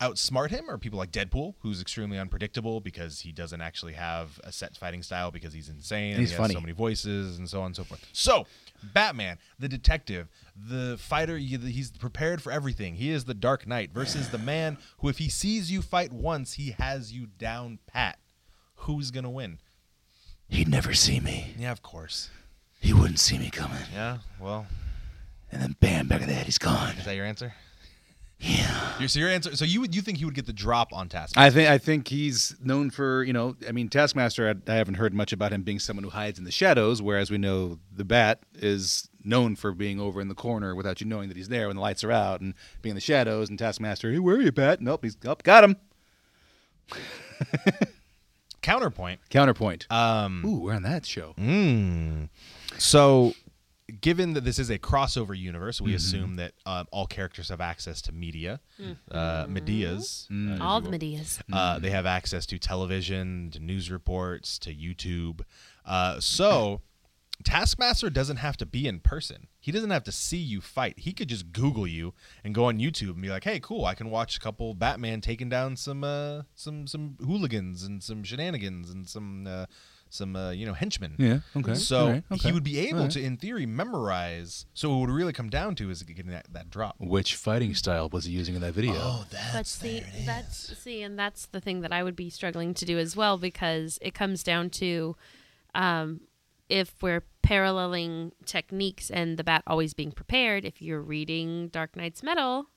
[SPEAKER 1] outsmart him are people like Deadpool, who's extremely unpredictable because he doesn't actually have a set fighting style because he's insane. and
[SPEAKER 3] He's
[SPEAKER 1] he
[SPEAKER 3] funny.
[SPEAKER 1] Has so many voices and so on and so forth. So, Batman, the detective, the fighter, you- he's prepared for everything. He is the Dark Knight versus the man who, if he sees you fight once, he has you down pat. Who's going to win?
[SPEAKER 3] He'd never see me.
[SPEAKER 1] Yeah, of course.
[SPEAKER 3] He wouldn't see me coming.
[SPEAKER 1] Yeah, well,
[SPEAKER 3] And then bam, back of the head, he's gone.
[SPEAKER 1] is that your answer?
[SPEAKER 3] Yeah.
[SPEAKER 1] Your, so your answer. So you would you think he would get the drop on Taskmaster?
[SPEAKER 3] I think I think he's known for you know I mean Taskmaster I, I haven't heard much about him being someone who hides in the shadows whereas we know the Bat is known for being over in the corner without you knowing that he's there when the lights are out and being in the shadows and Taskmaster hey where are you Bat nope he's up got him
[SPEAKER 1] Counterpoint.
[SPEAKER 3] counterpoint um ooh we're on that show
[SPEAKER 1] So, given that this is a crossover universe, we assume that uh, all characters have access to media, uh, medias. uh,
[SPEAKER 2] All the Medias.
[SPEAKER 3] Hmm.
[SPEAKER 1] Uh, they have access to television, to news reports, to YouTube. Uh, so, Taskmaster doesn't have to be in person. He doesn't have to see you fight. He could just Google you and go on YouTube and be like, "Hey, cool! I can watch a couple Batman taking down some uh, some some hooligans and some shenanigans and some uh, some uh, you know henchmen."
[SPEAKER 3] Yeah, okay,
[SPEAKER 1] So
[SPEAKER 3] all right, okay,
[SPEAKER 1] he would be able
[SPEAKER 3] all right.
[SPEAKER 1] to, in theory, memorize. So what it would really come down to is getting that, that drop.
[SPEAKER 3] which fighting style was he using in that video
[SPEAKER 2] But see, that's see, and that's the thing that I would be struggling to do as well because it comes down to um, if we're paralleling techniques and the bat always being prepared. If you're reading Dark Knight's Metal,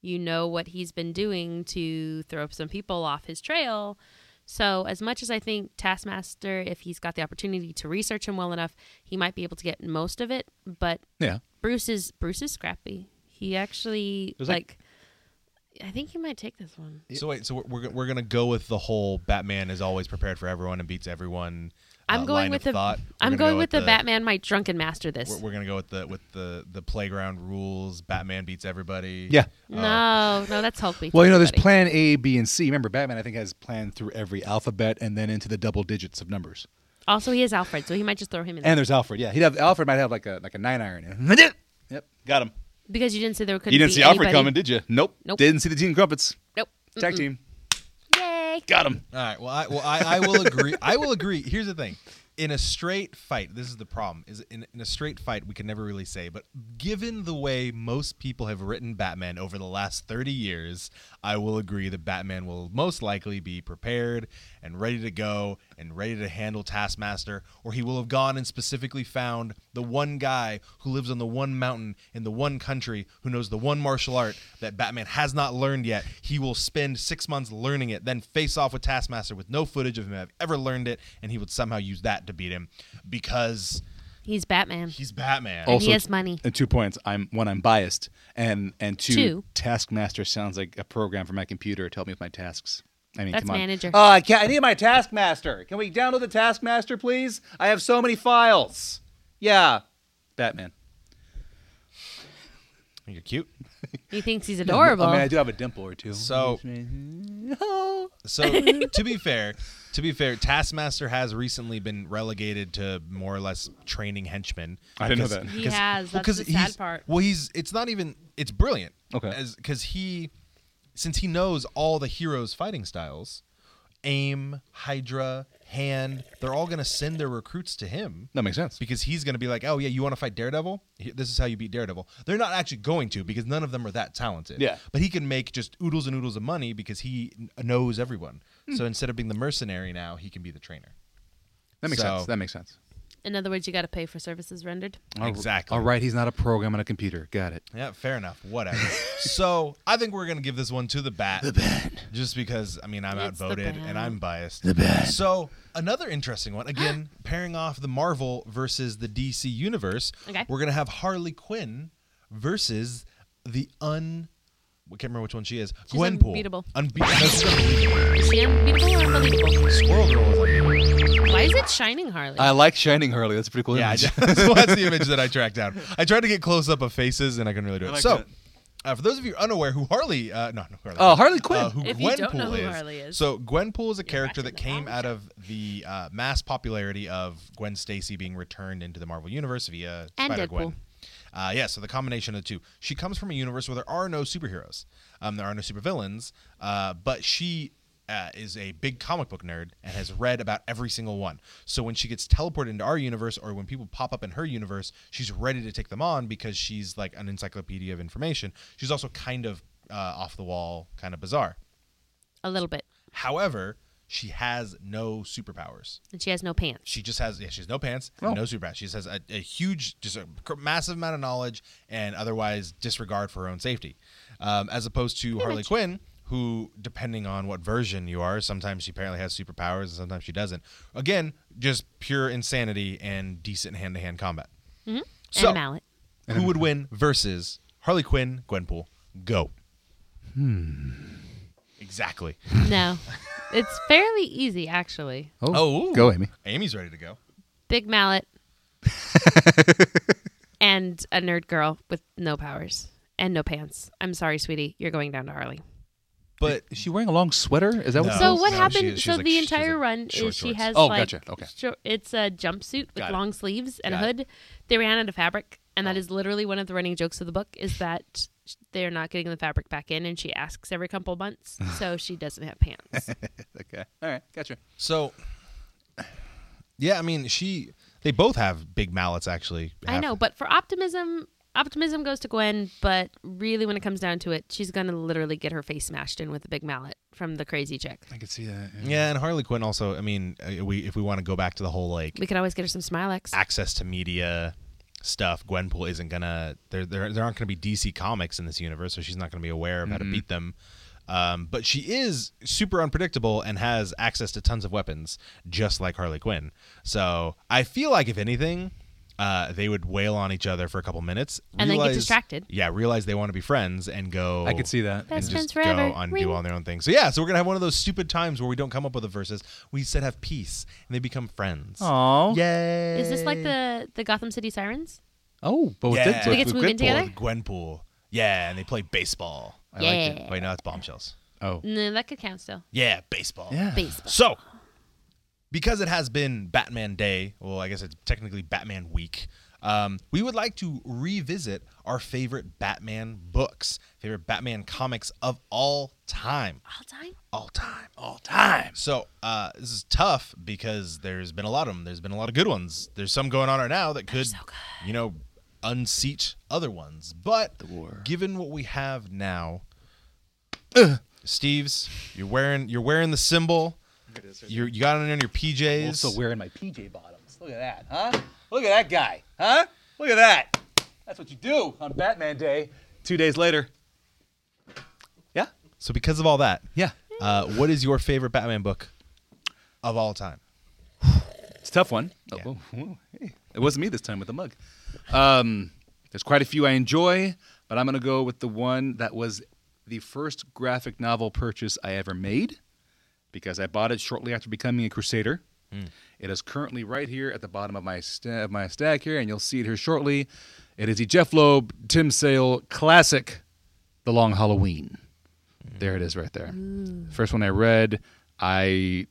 [SPEAKER 2] you know what he's been doing to throw some people off his trail. So, as much as I think Taskmaster, if he's got the opportunity to research him well enough, he might be able to get most of it. But
[SPEAKER 3] yeah
[SPEAKER 2] Bruce is Bruce is scrappy. He actually
[SPEAKER 3] There's, like- Uh,
[SPEAKER 2] like, I think he might take this one.
[SPEAKER 1] So wait, so we're- we're, go- we're gonna go with the whole Batman is always prepared for everyone and beats everyone.
[SPEAKER 2] I'm
[SPEAKER 1] uh,
[SPEAKER 2] going
[SPEAKER 1] line
[SPEAKER 2] with
[SPEAKER 1] of
[SPEAKER 2] the
[SPEAKER 1] thought. We're
[SPEAKER 2] I'm
[SPEAKER 1] gonna
[SPEAKER 2] going
[SPEAKER 1] go
[SPEAKER 2] with the, Batman might drunken master this.
[SPEAKER 1] We're, we're gonna go with the with the the playground rules. Batman beats everybody.
[SPEAKER 3] yeah
[SPEAKER 2] no, no, that's Hulk. beats
[SPEAKER 3] oh. well you know there's
[SPEAKER 2] everybody.
[SPEAKER 3] plan A B and C remember Batman I think has planned through every alphabet and then into the double digits of numbers.
[SPEAKER 2] Also, he is Alfred, so he might just throw him in
[SPEAKER 3] And
[SPEAKER 2] there.
[SPEAKER 3] there's Alfred. Yeah, he'd have Alfred might have like a like a nine iron. yep, got him.
[SPEAKER 2] because you didn't say there could.
[SPEAKER 3] you didn't
[SPEAKER 2] be
[SPEAKER 3] see Alfred
[SPEAKER 2] anybody.
[SPEAKER 3] coming, did you? Nope.
[SPEAKER 2] Nope.
[SPEAKER 3] Didn't see the Teen Crumpets.
[SPEAKER 2] Nope.
[SPEAKER 3] Tag team.
[SPEAKER 2] Yay!
[SPEAKER 3] Got him.
[SPEAKER 1] All right. Well, I well I, I will agree. I will agree. Here's the thing. In a straight fight, this is the problem. Is in, in a straight fight, we can never really say. But given the way most people have written Batman over the last 30 years, I will agree that Batman will most likely be prepared and ready to go and ready to handle Taskmaster, or he will have gone and specifically found the one guy who lives on the one mountain in the one country who knows the one martial art that Batman has not learned yet. He will spend six months learning it, then face off with Taskmaster with no footage of him have ever learned it, and he would somehow use that to beat him because
[SPEAKER 2] He's Batman.
[SPEAKER 1] he's Batman.
[SPEAKER 2] And he has money.
[SPEAKER 3] And two points. I'm one. I'm biased, and and two,
[SPEAKER 2] Two.
[SPEAKER 3] Taskmaster sounds like a program for my computer to help me with my tasks. I mean,
[SPEAKER 2] That's
[SPEAKER 3] come on.
[SPEAKER 2] manager.
[SPEAKER 3] Oh, I, can't, I need my Taskmaster. Can we download the Taskmaster, please? I have so many files. Yeah, Batman.
[SPEAKER 1] You're cute.
[SPEAKER 2] He thinks he's
[SPEAKER 3] I mean,
[SPEAKER 2] adorable.
[SPEAKER 3] I do have a dimple or two.
[SPEAKER 1] So- So to be fair, to be fair, Taskmaster has recently been relegated to more or less training henchmen.
[SPEAKER 3] I didn't know
[SPEAKER 1] Because-
[SPEAKER 3] that.
[SPEAKER 2] He
[SPEAKER 1] because-
[SPEAKER 2] has.
[SPEAKER 1] well,
[SPEAKER 2] That's
[SPEAKER 1] 'cause
[SPEAKER 2] the sad
[SPEAKER 1] he's-
[SPEAKER 2] part.
[SPEAKER 1] Well, he's. It's not even. It's brilliant.
[SPEAKER 3] Okay.
[SPEAKER 1] Because he, since he knows all the heroes' fighting styles, aim, Hydra, hand, they're all gonna send their recruits to him
[SPEAKER 3] that makes sense.
[SPEAKER 1] because he's going to be like, "Oh yeah, you want to fight Daredevil? Here- This is how you beat Daredevil." They're not actually going to because none of them are that talented.
[SPEAKER 3] Yeah.
[SPEAKER 1] But he can make just oodles and oodles of money because he kn- knows everyone. So instead of being the mercenary now, he can be the trainer.
[SPEAKER 3] That makes
[SPEAKER 1] so-
[SPEAKER 3] sense. That makes sense.
[SPEAKER 2] In other words, you got to pay for services rendered.
[SPEAKER 3] All-
[SPEAKER 1] Exactly.
[SPEAKER 3] Oh, All right, he's not a program on a computer. Got it.
[SPEAKER 1] Yeah, fair enough. Whatever. so I think we're going to give this one to the bat. The bat. Just because I mean I'm
[SPEAKER 2] It's the
[SPEAKER 1] outvoted
[SPEAKER 2] bat.
[SPEAKER 1] and I'm biased. The bat. So another interesting one. Again, pairing off the Marvel versus the DC universe.
[SPEAKER 2] Okay.
[SPEAKER 1] We're gonna have Harley Quinn versus the un. We can't remember which one she is.
[SPEAKER 2] She's
[SPEAKER 1] Gwenpool.
[SPEAKER 2] unbeatable.
[SPEAKER 1] Unbe- no, she's unbeatable.
[SPEAKER 2] Is she unbeatable or unbelievable?
[SPEAKER 1] Squirrel Girl is unbeatable.
[SPEAKER 2] Why is it shining, Harley?
[SPEAKER 3] I like Shining Hurley. That's a pretty cool
[SPEAKER 1] Yeah, I
[SPEAKER 3] image.
[SPEAKER 1] did. so that's the image that I tracked down. I tried to get close up of faces, and I couldn't really do it.
[SPEAKER 3] I like
[SPEAKER 1] so,
[SPEAKER 3] that.
[SPEAKER 1] uh, for those of you unaware, who Harley? Uh, no, no, Harley.
[SPEAKER 3] Oh, Harley Quinn.
[SPEAKER 1] Uh, who
[SPEAKER 2] If
[SPEAKER 1] Gwenpool
[SPEAKER 2] you don't know who
[SPEAKER 1] is.
[SPEAKER 2] Harley is.
[SPEAKER 1] So Gwenpool is a character
[SPEAKER 2] back in
[SPEAKER 1] that
[SPEAKER 2] the
[SPEAKER 1] came out
[SPEAKER 2] bombshell.
[SPEAKER 1] of the uh, mass popularity of Gwen Stacy being returned into the Marvel universe via
[SPEAKER 2] And
[SPEAKER 1] Spider Gwen.
[SPEAKER 2] Deadpool.
[SPEAKER 1] Uh, yeah, so the combination of the two. She comes from a universe where there are no superheroes, um, there are no supervillains, uh, but she uh, is a big comic book nerd and has read about every single one. So when she gets teleported into our universe or when people pop up in her universe, she's ready to take them on because she's like an encyclopedia of information. She's also kind of uh, off the wall, kind of bizarre.
[SPEAKER 2] a little bit.
[SPEAKER 1] However, she has no superpowers
[SPEAKER 2] And she has no pants.
[SPEAKER 1] she just has yeah, she has no pants and
[SPEAKER 3] Oh.
[SPEAKER 1] no super She just has a, a huge, just a cr- massive amount of knowledge and otherwise disregard for her own safety, um, as opposed to Harley Quinn, who depending on what version you are, sometimes she apparently has superpowers and sometimes she doesn't. Again, just pure insanity and decent hand-to-hand combat.
[SPEAKER 2] Mm-hmm. and a mallet.
[SPEAKER 1] who would win versus Harley Quinn, Gwenpool? Go. Hmm. Exactly.
[SPEAKER 2] No. it's fairly easy, actually.
[SPEAKER 1] Oh, ooh.
[SPEAKER 3] go Amy.
[SPEAKER 1] Amy's ready to go.
[SPEAKER 2] Big mallet. and a nerd girl with no powers and no pants. I'm sorry, sweetie. You're going down to Harley.
[SPEAKER 1] But
[SPEAKER 3] Is she wearing a long sweater? Is that what?
[SPEAKER 1] No.
[SPEAKER 2] So what
[SPEAKER 1] Oh, no,
[SPEAKER 2] happened?
[SPEAKER 1] she- she's
[SPEAKER 2] so
[SPEAKER 1] like-
[SPEAKER 2] the
[SPEAKER 1] she's
[SPEAKER 2] entire
[SPEAKER 1] like
[SPEAKER 2] run
[SPEAKER 1] short
[SPEAKER 2] is she
[SPEAKER 1] shorts.
[SPEAKER 2] has
[SPEAKER 3] Oh,
[SPEAKER 2] like
[SPEAKER 3] gotcha. Okay.
[SPEAKER 2] shor- it's a jumpsuit with
[SPEAKER 1] Got it.
[SPEAKER 2] long sleeves and
[SPEAKER 1] Got
[SPEAKER 2] a
[SPEAKER 1] it. Oh.
[SPEAKER 2] hood. They ran out of fabric, and that is literally one of the running jokes of the book is that they're not getting the fabric back in, and she asks every couple months, so she doesn't have pants.
[SPEAKER 3] Okay. All right. Gotcha.
[SPEAKER 1] So, yeah, I mean, she. They both have big mallets, actually.
[SPEAKER 2] I
[SPEAKER 1] Have-
[SPEAKER 2] know, but for optimism, optimism goes to Gwen, but really when it comes down to it, she's gonna literally get her face smashed in with a big mallet from the crazy chick.
[SPEAKER 3] I can see that.
[SPEAKER 1] Yeah, and Harley Quinn also. I mean, uh, we if we want to go back to the whole like
[SPEAKER 2] We could always get her some Smilex.
[SPEAKER 1] access to media stuff, Gwenpool isn't gonna. There, there, there aren't gonna be DC comics in this universe, so she's not gonna be aware of how to beat them. Um, but she is super unpredictable and has access to tons of weapons, just like Harley Quinn. So I feel like if anything. Uh, they would wail on each other for a couple minutes,
[SPEAKER 2] And then get
[SPEAKER 1] realize-
[SPEAKER 2] distracted.
[SPEAKER 1] Yeah, realize they want to be friends and go.
[SPEAKER 3] I could see that.
[SPEAKER 2] Best
[SPEAKER 1] and
[SPEAKER 2] friends
[SPEAKER 1] just
[SPEAKER 2] forever.
[SPEAKER 1] go undo
[SPEAKER 2] Ring.
[SPEAKER 1] all their own things. So yeah, so we're gonna have one of those stupid times where we don't come up with the verses. We instead have peace, and they become friends.
[SPEAKER 3] Aw.
[SPEAKER 1] Yay!
[SPEAKER 2] Is this like the the Gotham City Sirens?
[SPEAKER 3] Oh, but with
[SPEAKER 1] Yeah.
[SPEAKER 3] Deadpool-
[SPEAKER 1] They
[SPEAKER 2] get to
[SPEAKER 3] with
[SPEAKER 2] move in
[SPEAKER 3] Deadpool.
[SPEAKER 2] together?
[SPEAKER 1] Gwenpool? Yeah, and they play baseball.
[SPEAKER 3] I like
[SPEAKER 2] Yeah.
[SPEAKER 3] it.
[SPEAKER 1] Wait, no, that's bombshells.
[SPEAKER 3] Oh.
[SPEAKER 2] No, that could count still.
[SPEAKER 1] Yeah, baseball.
[SPEAKER 3] Yeah.
[SPEAKER 2] Baseball.
[SPEAKER 1] So, because it has been Batman Day, well, I guess it's technically Batman Week, um, we would like to revisit our favorite Batman books, favorite Batman comics of all time.
[SPEAKER 2] All time.
[SPEAKER 1] All time.
[SPEAKER 3] All time.
[SPEAKER 1] So uh, this is tough because there's been a lot of them. There's been a lot of good ones. There's some going on right now that could,
[SPEAKER 2] so good.
[SPEAKER 1] you know, unseat other ones. But
[SPEAKER 3] war.
[SPEAKER 1] given what we have now, Steve's, you're wearing you're wearing the symbol. You're, you got it on your PJs.
[SPEAKER 3] Also wearing my PJ bottoms. Look at that, huh? Look at that guy, huh? Look at that. That's what you do on Batman Day. Two days later. Yeah.
[SPEAKER 1] so because of all that,
[SPEAKER 3] Yeah.
[SPEAKER 1] uh, what is your favorite Batman book of all time?
[SPEAKER 3] It's a tough one. Oh,
[SPEAKER 1] Yeah.
[SPEAKER 3] whoa, whoa, hey. It wasn't me this time with the mug. Um, there's quite a few I enjoy, but I'm going to go with the one that was the first graphic novel purchase I ever made because I bought it shortly after becoming a crusader. It is currently right here at the bottom of my sta- of my stack here, and you'll see it here shortly. It is the Jeff Loeb Tim Sale classic The Long Halloween. There it is, right there. First one I read, I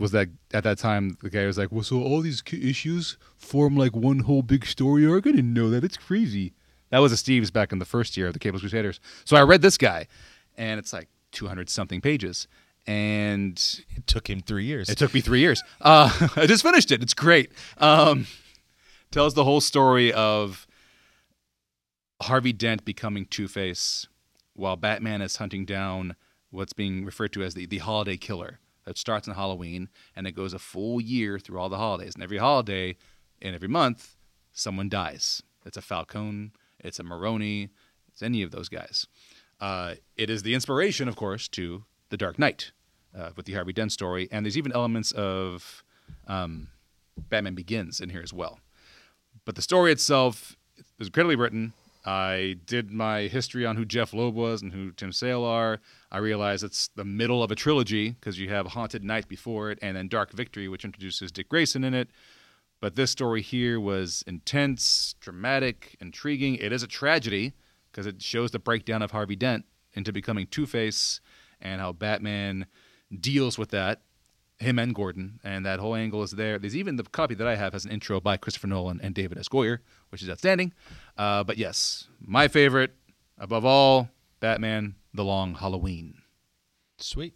[SPEAKER 3] was that at that time the guy was like, "Well, so all these ki- issues form like one whole big story arc." I didn't know that. It's crazy. That was a Steve's back in the first year of the Cables Crusaders. So I read this guy, and it's like 200 something pages, and
[SPEAKER 1] It took him three years.
[SPEAKER 3] it took me three years. Uh, I just finished it. It's great. Um, tells the whole story of Harvey Dent becoming Two Face while Batman is hunting down what's being referred to as the, the holiday killer. It starts on Halloween and it goes a full year through all the holidays. And every holiday and every month, someone dies. It's a Falcone, it's a Maroni, it's any of those guys. Uh, it is the inspiration, of course, to The Dark Knight uh, with the Harvey Dent story. And there's even elements of um, Batman Begins in here as well but the story itself is incredibly written. I did my history on who Jeff Loeb was and who Tim Sale are. I realized it's the middle of a trilogy because you have Haunted Night before it and then Dark Victory, which introduces Dick Grayson in it. But this story here was intense, dramatic, intriguing. It is a tragedy because it shows the breakdown of Harvey Dent into becoming Two Face and how Batman deals with that him and Gordon, and that whole angle is there. There's even the copy that I have has an intro by Christopher Nolan and David S. Goyer, which is outstanding. Uh, but yes, my favorite above all, Batman: The Long Halloween.
[SPEAKER 1] Sweet.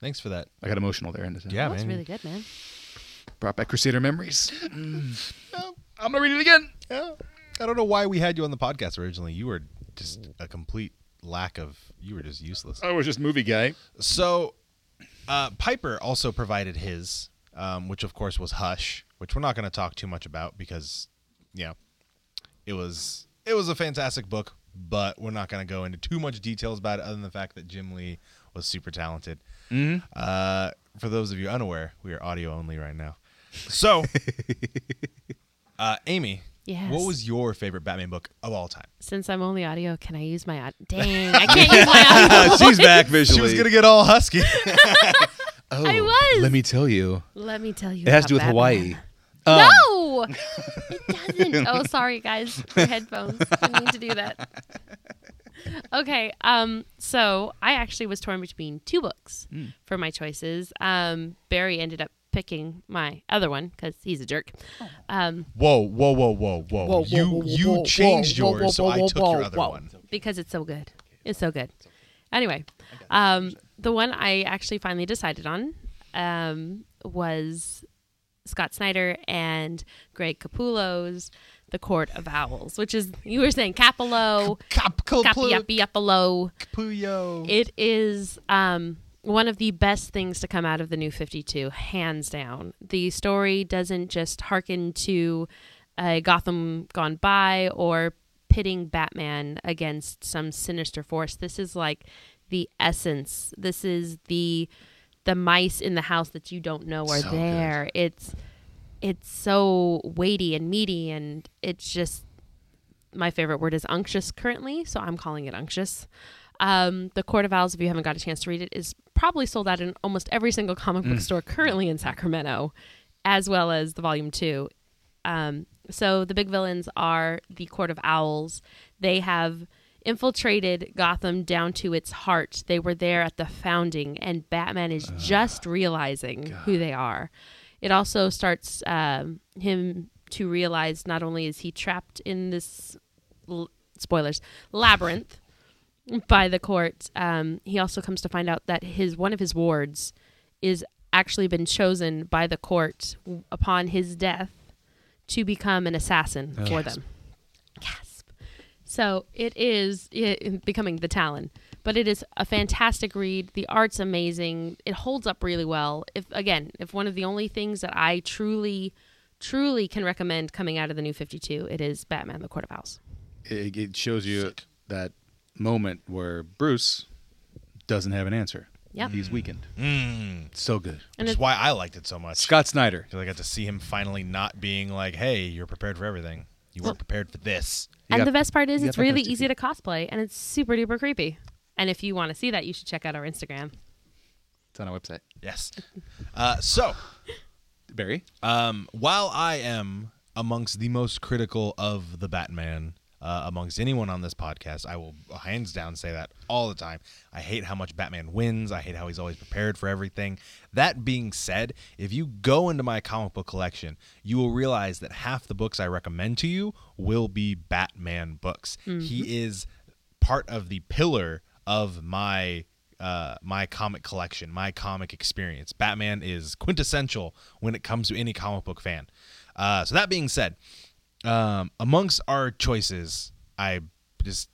[SPEAKER 1] Thanks for that.
[SPEAKER 3] I got emotional there, and
[SPEAKER 1] Yeah,
[SPEAKER 2] That's
[SPEAKER 1] man.
[SPEAKER 2] really good, man.
[SPEAKER 3] brought back Crusader memories. I'm gonna read it again.
[SPEAKER 1] Yeah. I don't know why we had you on the podcast originally. You were just a complete lack of. You were just useless.
[SPEAKER 3] I was just movie guy.
[SPEAKER 1] So, uh, Piper also provided his, um, which of course was Hush, which we're not going to talk too much about because, you know, it was it was a fantastic book, but we're not going to go into too much details about it, other than the fact that Jim Lee was super talented. Uh, for those of you unaware, we are audio only right now. So, uh, Amy,
[SPEAKER 2] Yes.
[SPEAKER 1] what was your favorite Batman book of all time?
[SPEAKER 2] Since I'm only audio, can I use my audio? Dang, I can't use my audio.
[SPEAKER 3] Uh, She's back
[SPEAKER 1] She
[SPEAKER 3] visually.
[SPEAKER 1] was going to get all husky.
[SPEAKER 3] oh,
[SPEAKER 2] I was.
[SPEAKER 3] Let me tell you,
[SPEAKER 2] Let me tell you.
[SPEAKER 3] it has to do with
[SPEAKER 2] about
[SPEAKER 3] Hawaii.
[SPEAKER 2] Batman.
[SPEAKER 3] Um,
[SPEAKER 2] no, it doesn't. Oh, sorry, guys. Your headphones. I need to do that. Okay. Um. So I actually was torn between two books for my choices. Um. Barry ended up picking my other one because he's a jerk. Um.
[SPEAKER 1] Whoa, whoa, whoa, whoa, whoa.
[SPEAKER 2] Whoa, whoa,
[SPEAKER 1] you
[SPEAKER 2] whoa, whoa,
[SPEAKER 1] you
[SPEAKER 2] whoa,
[SPEAKER 1] changed
[SPEAKER 2] whoa,
[SPEAKER 1] yours,
[SPEAKER 2] whoa,
[SPEAKER 1] so
[SPEAKER 2] whoa,
[SPEAKER 1] I
[SPEAKER 2] whoa,
[SPEAKER 1] took your
[SPEAKER 2] whoa,
[SPEAKER 1] other
[SPEAKER 2] whoa.
[SPEAKER 1] one.
[SPEAKER 2] Because it's so good. It's so good. Anyway, um, the one I actually finally decided on um, was Scott Snyder and Greg Capullo's The Court of Owls, which is, you were saying Capullo,
[SPEAKER 1] Cap,
[SPEAKER 2] Capi Yuppie Yuppalo.
[SPEAKER 1] Capuyo.
[SPEAKER 2] It is um, one of the best things to come out of the new 52, hands down. The story doesn't just hearken to a Gotham gone by or pitting Batman against some sinister force. This is like the essence. This is the the mice in the house that you don't know are
[SPEAKER 3] So good.
[SPEAKER 2] there. It's it's so weighty and meaty and it's just my favorite word is unctuous currently, so I'm calling it unctuous. Um, the Court of Owls, if you haven't got a chance to read it, is probably sold out in almost every single comic book store currently in Sacramento, as well as the volume two. Um, so the big villains are the Court of Owls. They have infiltrated Gotham down to its heart. They were there at the founding, and Batman is just realizing who they are. It also starts um, him to realize not only is he trapped in this l- spoilers labyrinth by the court. Um, he also comes to find out that his one of his wards is actually been chosen by the court w- upon his death to become an assassin for them. Gasp. So it is it, becoming the Talon, but it is a fantastic read. The art's amazing. It holds up really well. If again, if one of the only things that I truly, truly can recommend coming out of the new Fifty Two, it is Batman: The Court of Owls.
[SPEAKER 3] it, it shows you that moment where Bruce doesn't have an answer.
[SPEAKER 2] Yep.
[SPEAKER 3] He's weakened. So good.
[SPEAKER 1] Which
[SPEAKER 2] And
[SPEAKER 1] is
[SPEAKER 2] it's
[SPEAKER 1] why I liked it so much.
[SPEAKER 3] Scott Snyder.
[SPEAKER 1] Because I got to see him finally not being like, hey, you're prepared for everything. You weren't prepared for this.
[SPEAKER 3] You
[SPEAKER 2] and
[SPEAKER 3] got-
[SPEAKER 2] the best part is
[SPEAKER 3] you
[SPEAKER 2] it's
[SPEAKER 3] got that
[SPEAKER 2] really
[SPEAKER 3] fantastic
[SPEAKER 2] easy to cosplay and it's super duper creepy. And if you want to see that, you should check out our Instagram.
[SPEAKER 3] It's on our website.
[SPEAKER 1] Yes. Uh, so,
[SPEAKER 3] Barry?
[SPEAKER 1] um, while I am amongst the most critical of the Batman, uh, amongst anyone on this podcast. I will hands down say that all the time. I hate how much Batman wins. I hate how he's always prepared for everything. That being said, if you go into my comic book collection, you will realize that half the books I recommend to you will be Batman books. He is part of the pillar of my uh, my comic collection, my comic experience. Batman is quintessential when it comes to any comic book fan. Uh, so that being said, um, amongst our choices, I just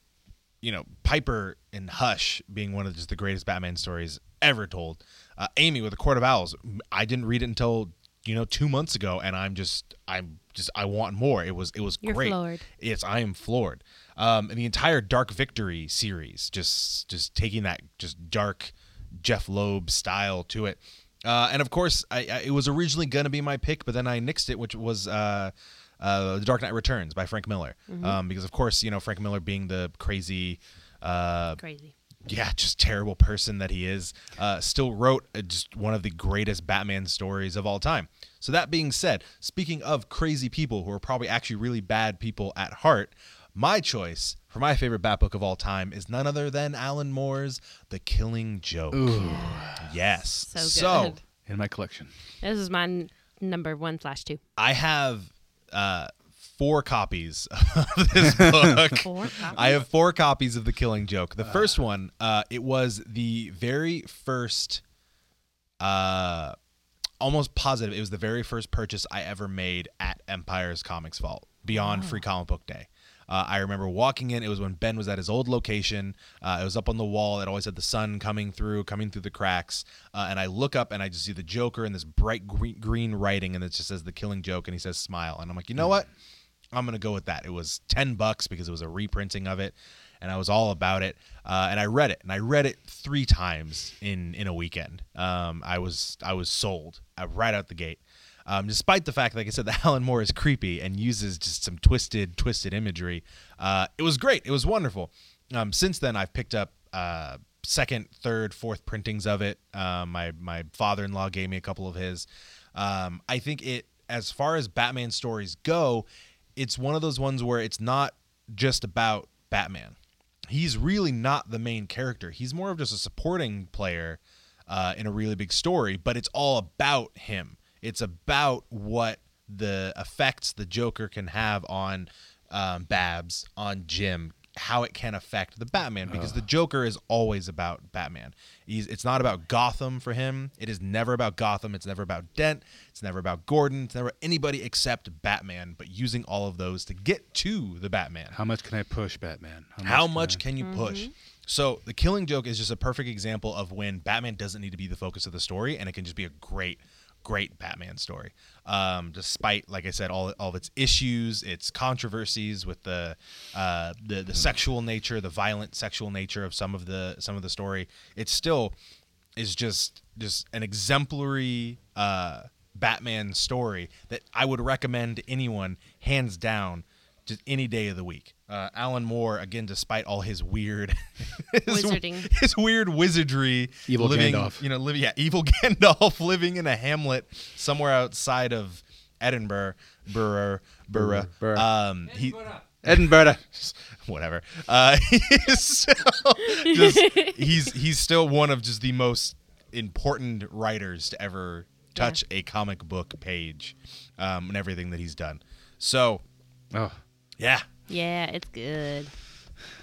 [SPEAKER 1] you know Piper and Hush being one of just the greatest Batman stories ever told. Uh, Amy with a Court of Owls. I didn't read it until you know two months ago, and I'm just I'm just I want more. It was it was
[SPEAKER 2] You're
[SPEAKER 1] great.
[SPEAKER 2] floored.
[SPEAKER 1] Yes, I am floored. Um, and the entire Dark Victory series, just just taking that just dark Jeff Loeb style to it. Uh, and of course, I, I, it was originally gonna be my pick, but then I nixed it, which was uh, uh, The Dark Knight Returns by Frank Miller, um, because of course, you know Frank Miller being the crazy. Uh,
[SPEAKER 2] Crazy.
[SPEAKER 1] yeah, just terrible person that he is, uh, still wrote uh, just one of the greatest Batman stories of all time. So that being said, speaking of crazy people who are probably actually really bad people at heart, my choice for my favorite Bat book of all time is none other than Alan Moore's The Killing Joke. Yes.
[SPEAKER 2] So good.
[SPEAKER 3] in my collection.
[SPEAKER 2] This is my n- number one slash two.
[SPEAKER 1] I have uh, four copies of this book.
[SPEAKER 2] Four copies?
[SPEAKER 1] I have four copies of The Killing Joke. The first one, uh, it was the very first, uh, almost positive, it was the very first purchase I ever made at Empire's Comics Vault beyond Free Comic Book Day. Uh, I remember walking in. It was when Ben was at his old location. Uh, it was up on the wall. It always had the sun coming through, coming through the cracks. Uh, and I look up and I just see the Joker and this bright green, green writing, and it just says "The Killing Joke," and he says "Smile." And I'm like, you know what? I'm gonna go with that. It was ten bucks because it was a reprinting of it, and I was all about it. Uh, and I read it, and I read it three times in in a weekend. Um, I was I was sold uh, right out the gate. Um, despite the fact, like I said, that Alan Moore is creepy and uses just some twisted, twisted imagery. Uh, it was great. It was wonderful. Um, since then, I've picked up uh, second, third, fourth printings of it. Um, my my father in law gave me a couple of his. Um, I think it, as far as Batman stories go, it's one of those ones where it's not just about Batman. He's really not the main character. He's more of just a supporting player uh, in a really big story, but it's all about him. It's about what the effects the Joker can have on um, Babs, on Jim, how it can affect the Batman, because the Joker is always about Batman. He's, it's not about Gotham for him. It is never about Gotham. It's never about Dent. It's never about Gordon. It's never anybody except Batman, but using all of those to get to the Batman.
[SPEAKER 3] How much can I push, Batman?
[SPEAKER 1] How much can you push? So the Killing Joke is just a perfect example of when Batman doesn't need to be the focus of the story, and it can just be a great, great Batman story. Um, despite, like I said, all, all of its issues, its controversies with the, uh, the the sexual nature, the violent sexual nature of some of the some of the story, it still is just just an exemplary uh, Batman story that I would recommend to anyone, hands down just any day of the week. Uh, Alan Moore, again, despite all his weird, his,
[SPEAKER 2] Wizarding.
[SPEAKER 1] his weird wizardry,
[SPEAKER 3] Evil
[SPEAKER 1] living,
[SPEAKER 3] Gandalf.
[SPEAKER 1] you know, living, yeah, evil Gandalf, living in a hamlet somewhere outside of Edinburgh, Burr, Burr,
[SPEAKER 3] Burr.
[SPEAKER 1] um, he,
[SPEAKER 3] Edinburgh.
[SPEAKER 1] whatever. Uh, he's still just, he's he's still one of just the most important writers to ever touch a comic book page, um, and everything that he's done. So,
[SPEAKER 3] Oh,
[SPEAKER 1] yeah,
[SPEAKER 2] Yeah, it's good.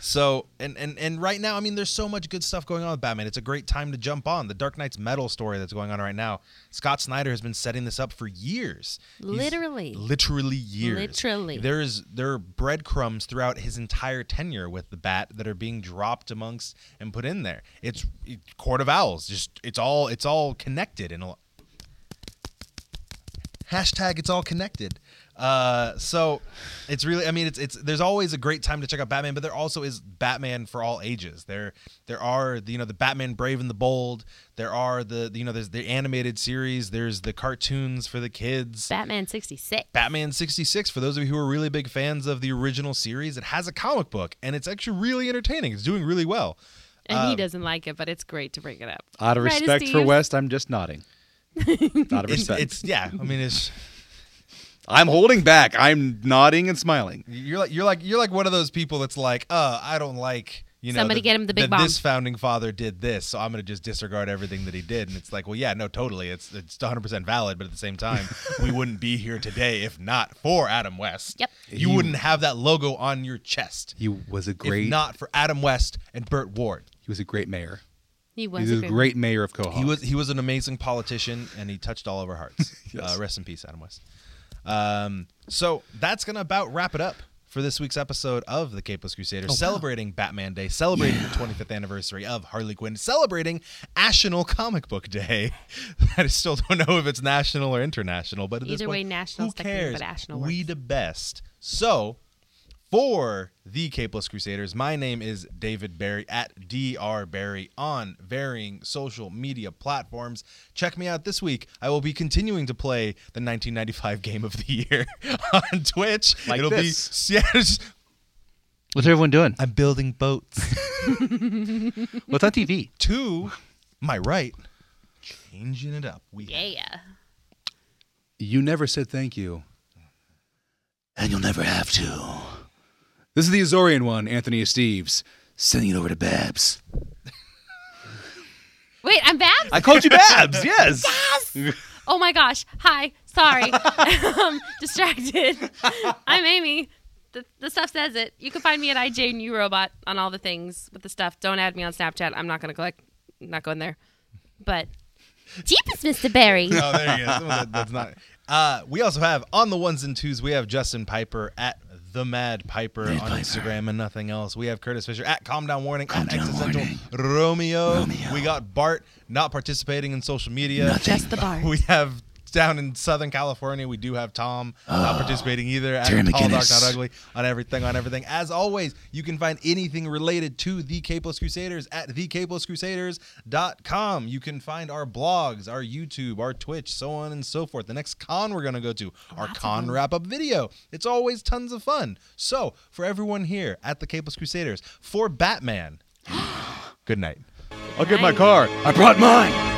[SPEAKER 1] so and and and right now, I mean, there's so much good stuff going on with Batman. It's a great time to jump on the Dark Knight's metal story that's going on right now. Scott Snyder has been setting this up for years. He's-
[SPEAKER 2] Literally.
[SPEAKER 1] literally years.
[SPEAKER 2] Literally.
[SPEAKER 1] there is there are breadcrumbs throughout his entire tenure with the Bat that are being dropped amongst and put in there. It's it, Court of Owls. Just it's all it's all connected and. Hashtag it's all connected. Uh, so it's really, I mean, it's it's there's always a great time to check out Batman, but there also is Batman for all ages. There there are the, you know the Batman Brave and the Bold. There are the, the you know there's the animated series. There's the cartoons for the kids.
[SPEAKER 2] Batman 66.
[SPEAKER 1] Batman 66, for those of you who are really big fans of the original series, it has a comic book and it's actually really entertaining. It's doing really well.
[SPEAKER 2] and he doesn't like it, but it's great to bring it up.
[SPEAKER 3] Um, out of
[SPEAKER 2] Right,
[SPEAKER 3] respect for
[SPEAKER 2] Steve?
[SPEAKER 3] West, I'm just nodding. out of
[SPEAKER 1] It's,
[SPEAKER 3] respect.
[SPEAKER 1] it's yeah, I mean, it's
[SPEAKER 3] I'm holding back. I'm nodding and smiling.
[SPEAKER 1] You're like you're like you're like one of those people that's like, uh, I don't like you know
[SPEAKER 2] Somebody
[SPEAKER 1] that-
[SPEAKER 2] get him the big
[SPEAKER 1] that
[SPEAKER 2] bomb.
[SPEAKER 1] This founding father did this, so I'm gonna just disregard everything that he did. And it's like, well, yeah, no, totally. It's it's 100 percent valid, but at the same time, we wouldn't be here today if not for Adam West.
[SPEAKER 2] Yep.
[SPEAKER 1] You wouldn't have that logo on your chest
[SPEAKER 3] He was a
[SPEAKER 1] if
[SPEAKER 3] great.
[SPEAKER 1] not for Adam West and Burt Ward.
[SPEAKER 3] he was a great mayor.
[SPEAKER 2] He was,
[SPEAKER 3] He was a great mayor of Cohog.
[SPEAKER 1] He was he was an amazing politician, and he touched all of our hearts.
[SPEAKER 3] Yes.
[SPEAKER 1] uh, rest in peace, Adam West. Um, so that's gonna about wrap it up for this week's episode of the Capeless Crusaders, celebrating Batman Day, celebrating the 25th anniversary of Harley Quinn, celebrating National Comic Book Day. I still don't know if it's national or international, but at this
[SPEAKER 2] Either
[SPEAKER 1] point,
[SPEAKER 2] way, national's
[SPEAKER 1] who
[SPEAKER 2] technically,
[SPEAKER 1] cares?
[SPEAKER 2] but national
[SPEAKER 1] we
[SPEAKER 2] works.
[SPEAKER 1] the best. So for the Capeless Crusaders. My name is David Barry at DR Barry on varying social media platforms. Check me out this week. I will be continuing to play the 1995 game of the year on Twitch.
[SPEAKER 3] Like
[SPEAKER 1] It'll
[SPEAKER 3] this.
[SPEAKER 1] be yeah, just-
[SPEAKER 3] What's everyone doing?
[SPEAKER 1] I'm building boats.
[SPEAKER 3] What's on TV?
[SPEAKER 1] to my right, changing it up. We
[SPEAKER 2] Yeah.
[SPEAKER 3] You never said thank you. And you'll never have to. This is the Azorian one, Anthony Steves. Sending it over to Babs.
[SPEAKER 2] Wait, I'm back?
[SPEAKER 3] I called you Babs, yes.
[SPEAKER 2] Oh my gosh. Hi. Sorry. I'm distracted. I'm Amy. The, the stuff says it. You can find me at IJ and Robot on all the things with the stuff. Don't add me on Snapchat. I'm not going to click. I'm not going there. But deepest Mr. Barry.
[SPEAKER 1] Oh, there you go. Some of that- that's not. Uh, we also have on the ones and twos. We have Justin Piper at the Mad Piper on Instagram and nothing else. We have Curtis Fisher at Calm Down Warning at Existential Romeo. We got Bart not participating in social media.
[SPEAKER 2] Just the bar.
[SPEAKER 1] We have down in Southern California, we do have Tom not participating either. At
[SPEAKER 3] Terry
[SPEAKER 1] All Dark,
[SPEAKER 3] McGinnis.
[SPEAKER 1] Not Ugly on everything, on everything. As always, you can find anything related to the Capeless Crusaders at thecapelesscrusaders.com. You can find our blogs, our YouTube, our Twitch, so on and so forth. The next con we're going to go to, our con wrap up video. It's always tons of fun. So, for everyone here at the Capeless Crusaders, for Batman, good night.
[SPEAKER 3] I'll get my car. I brought mine.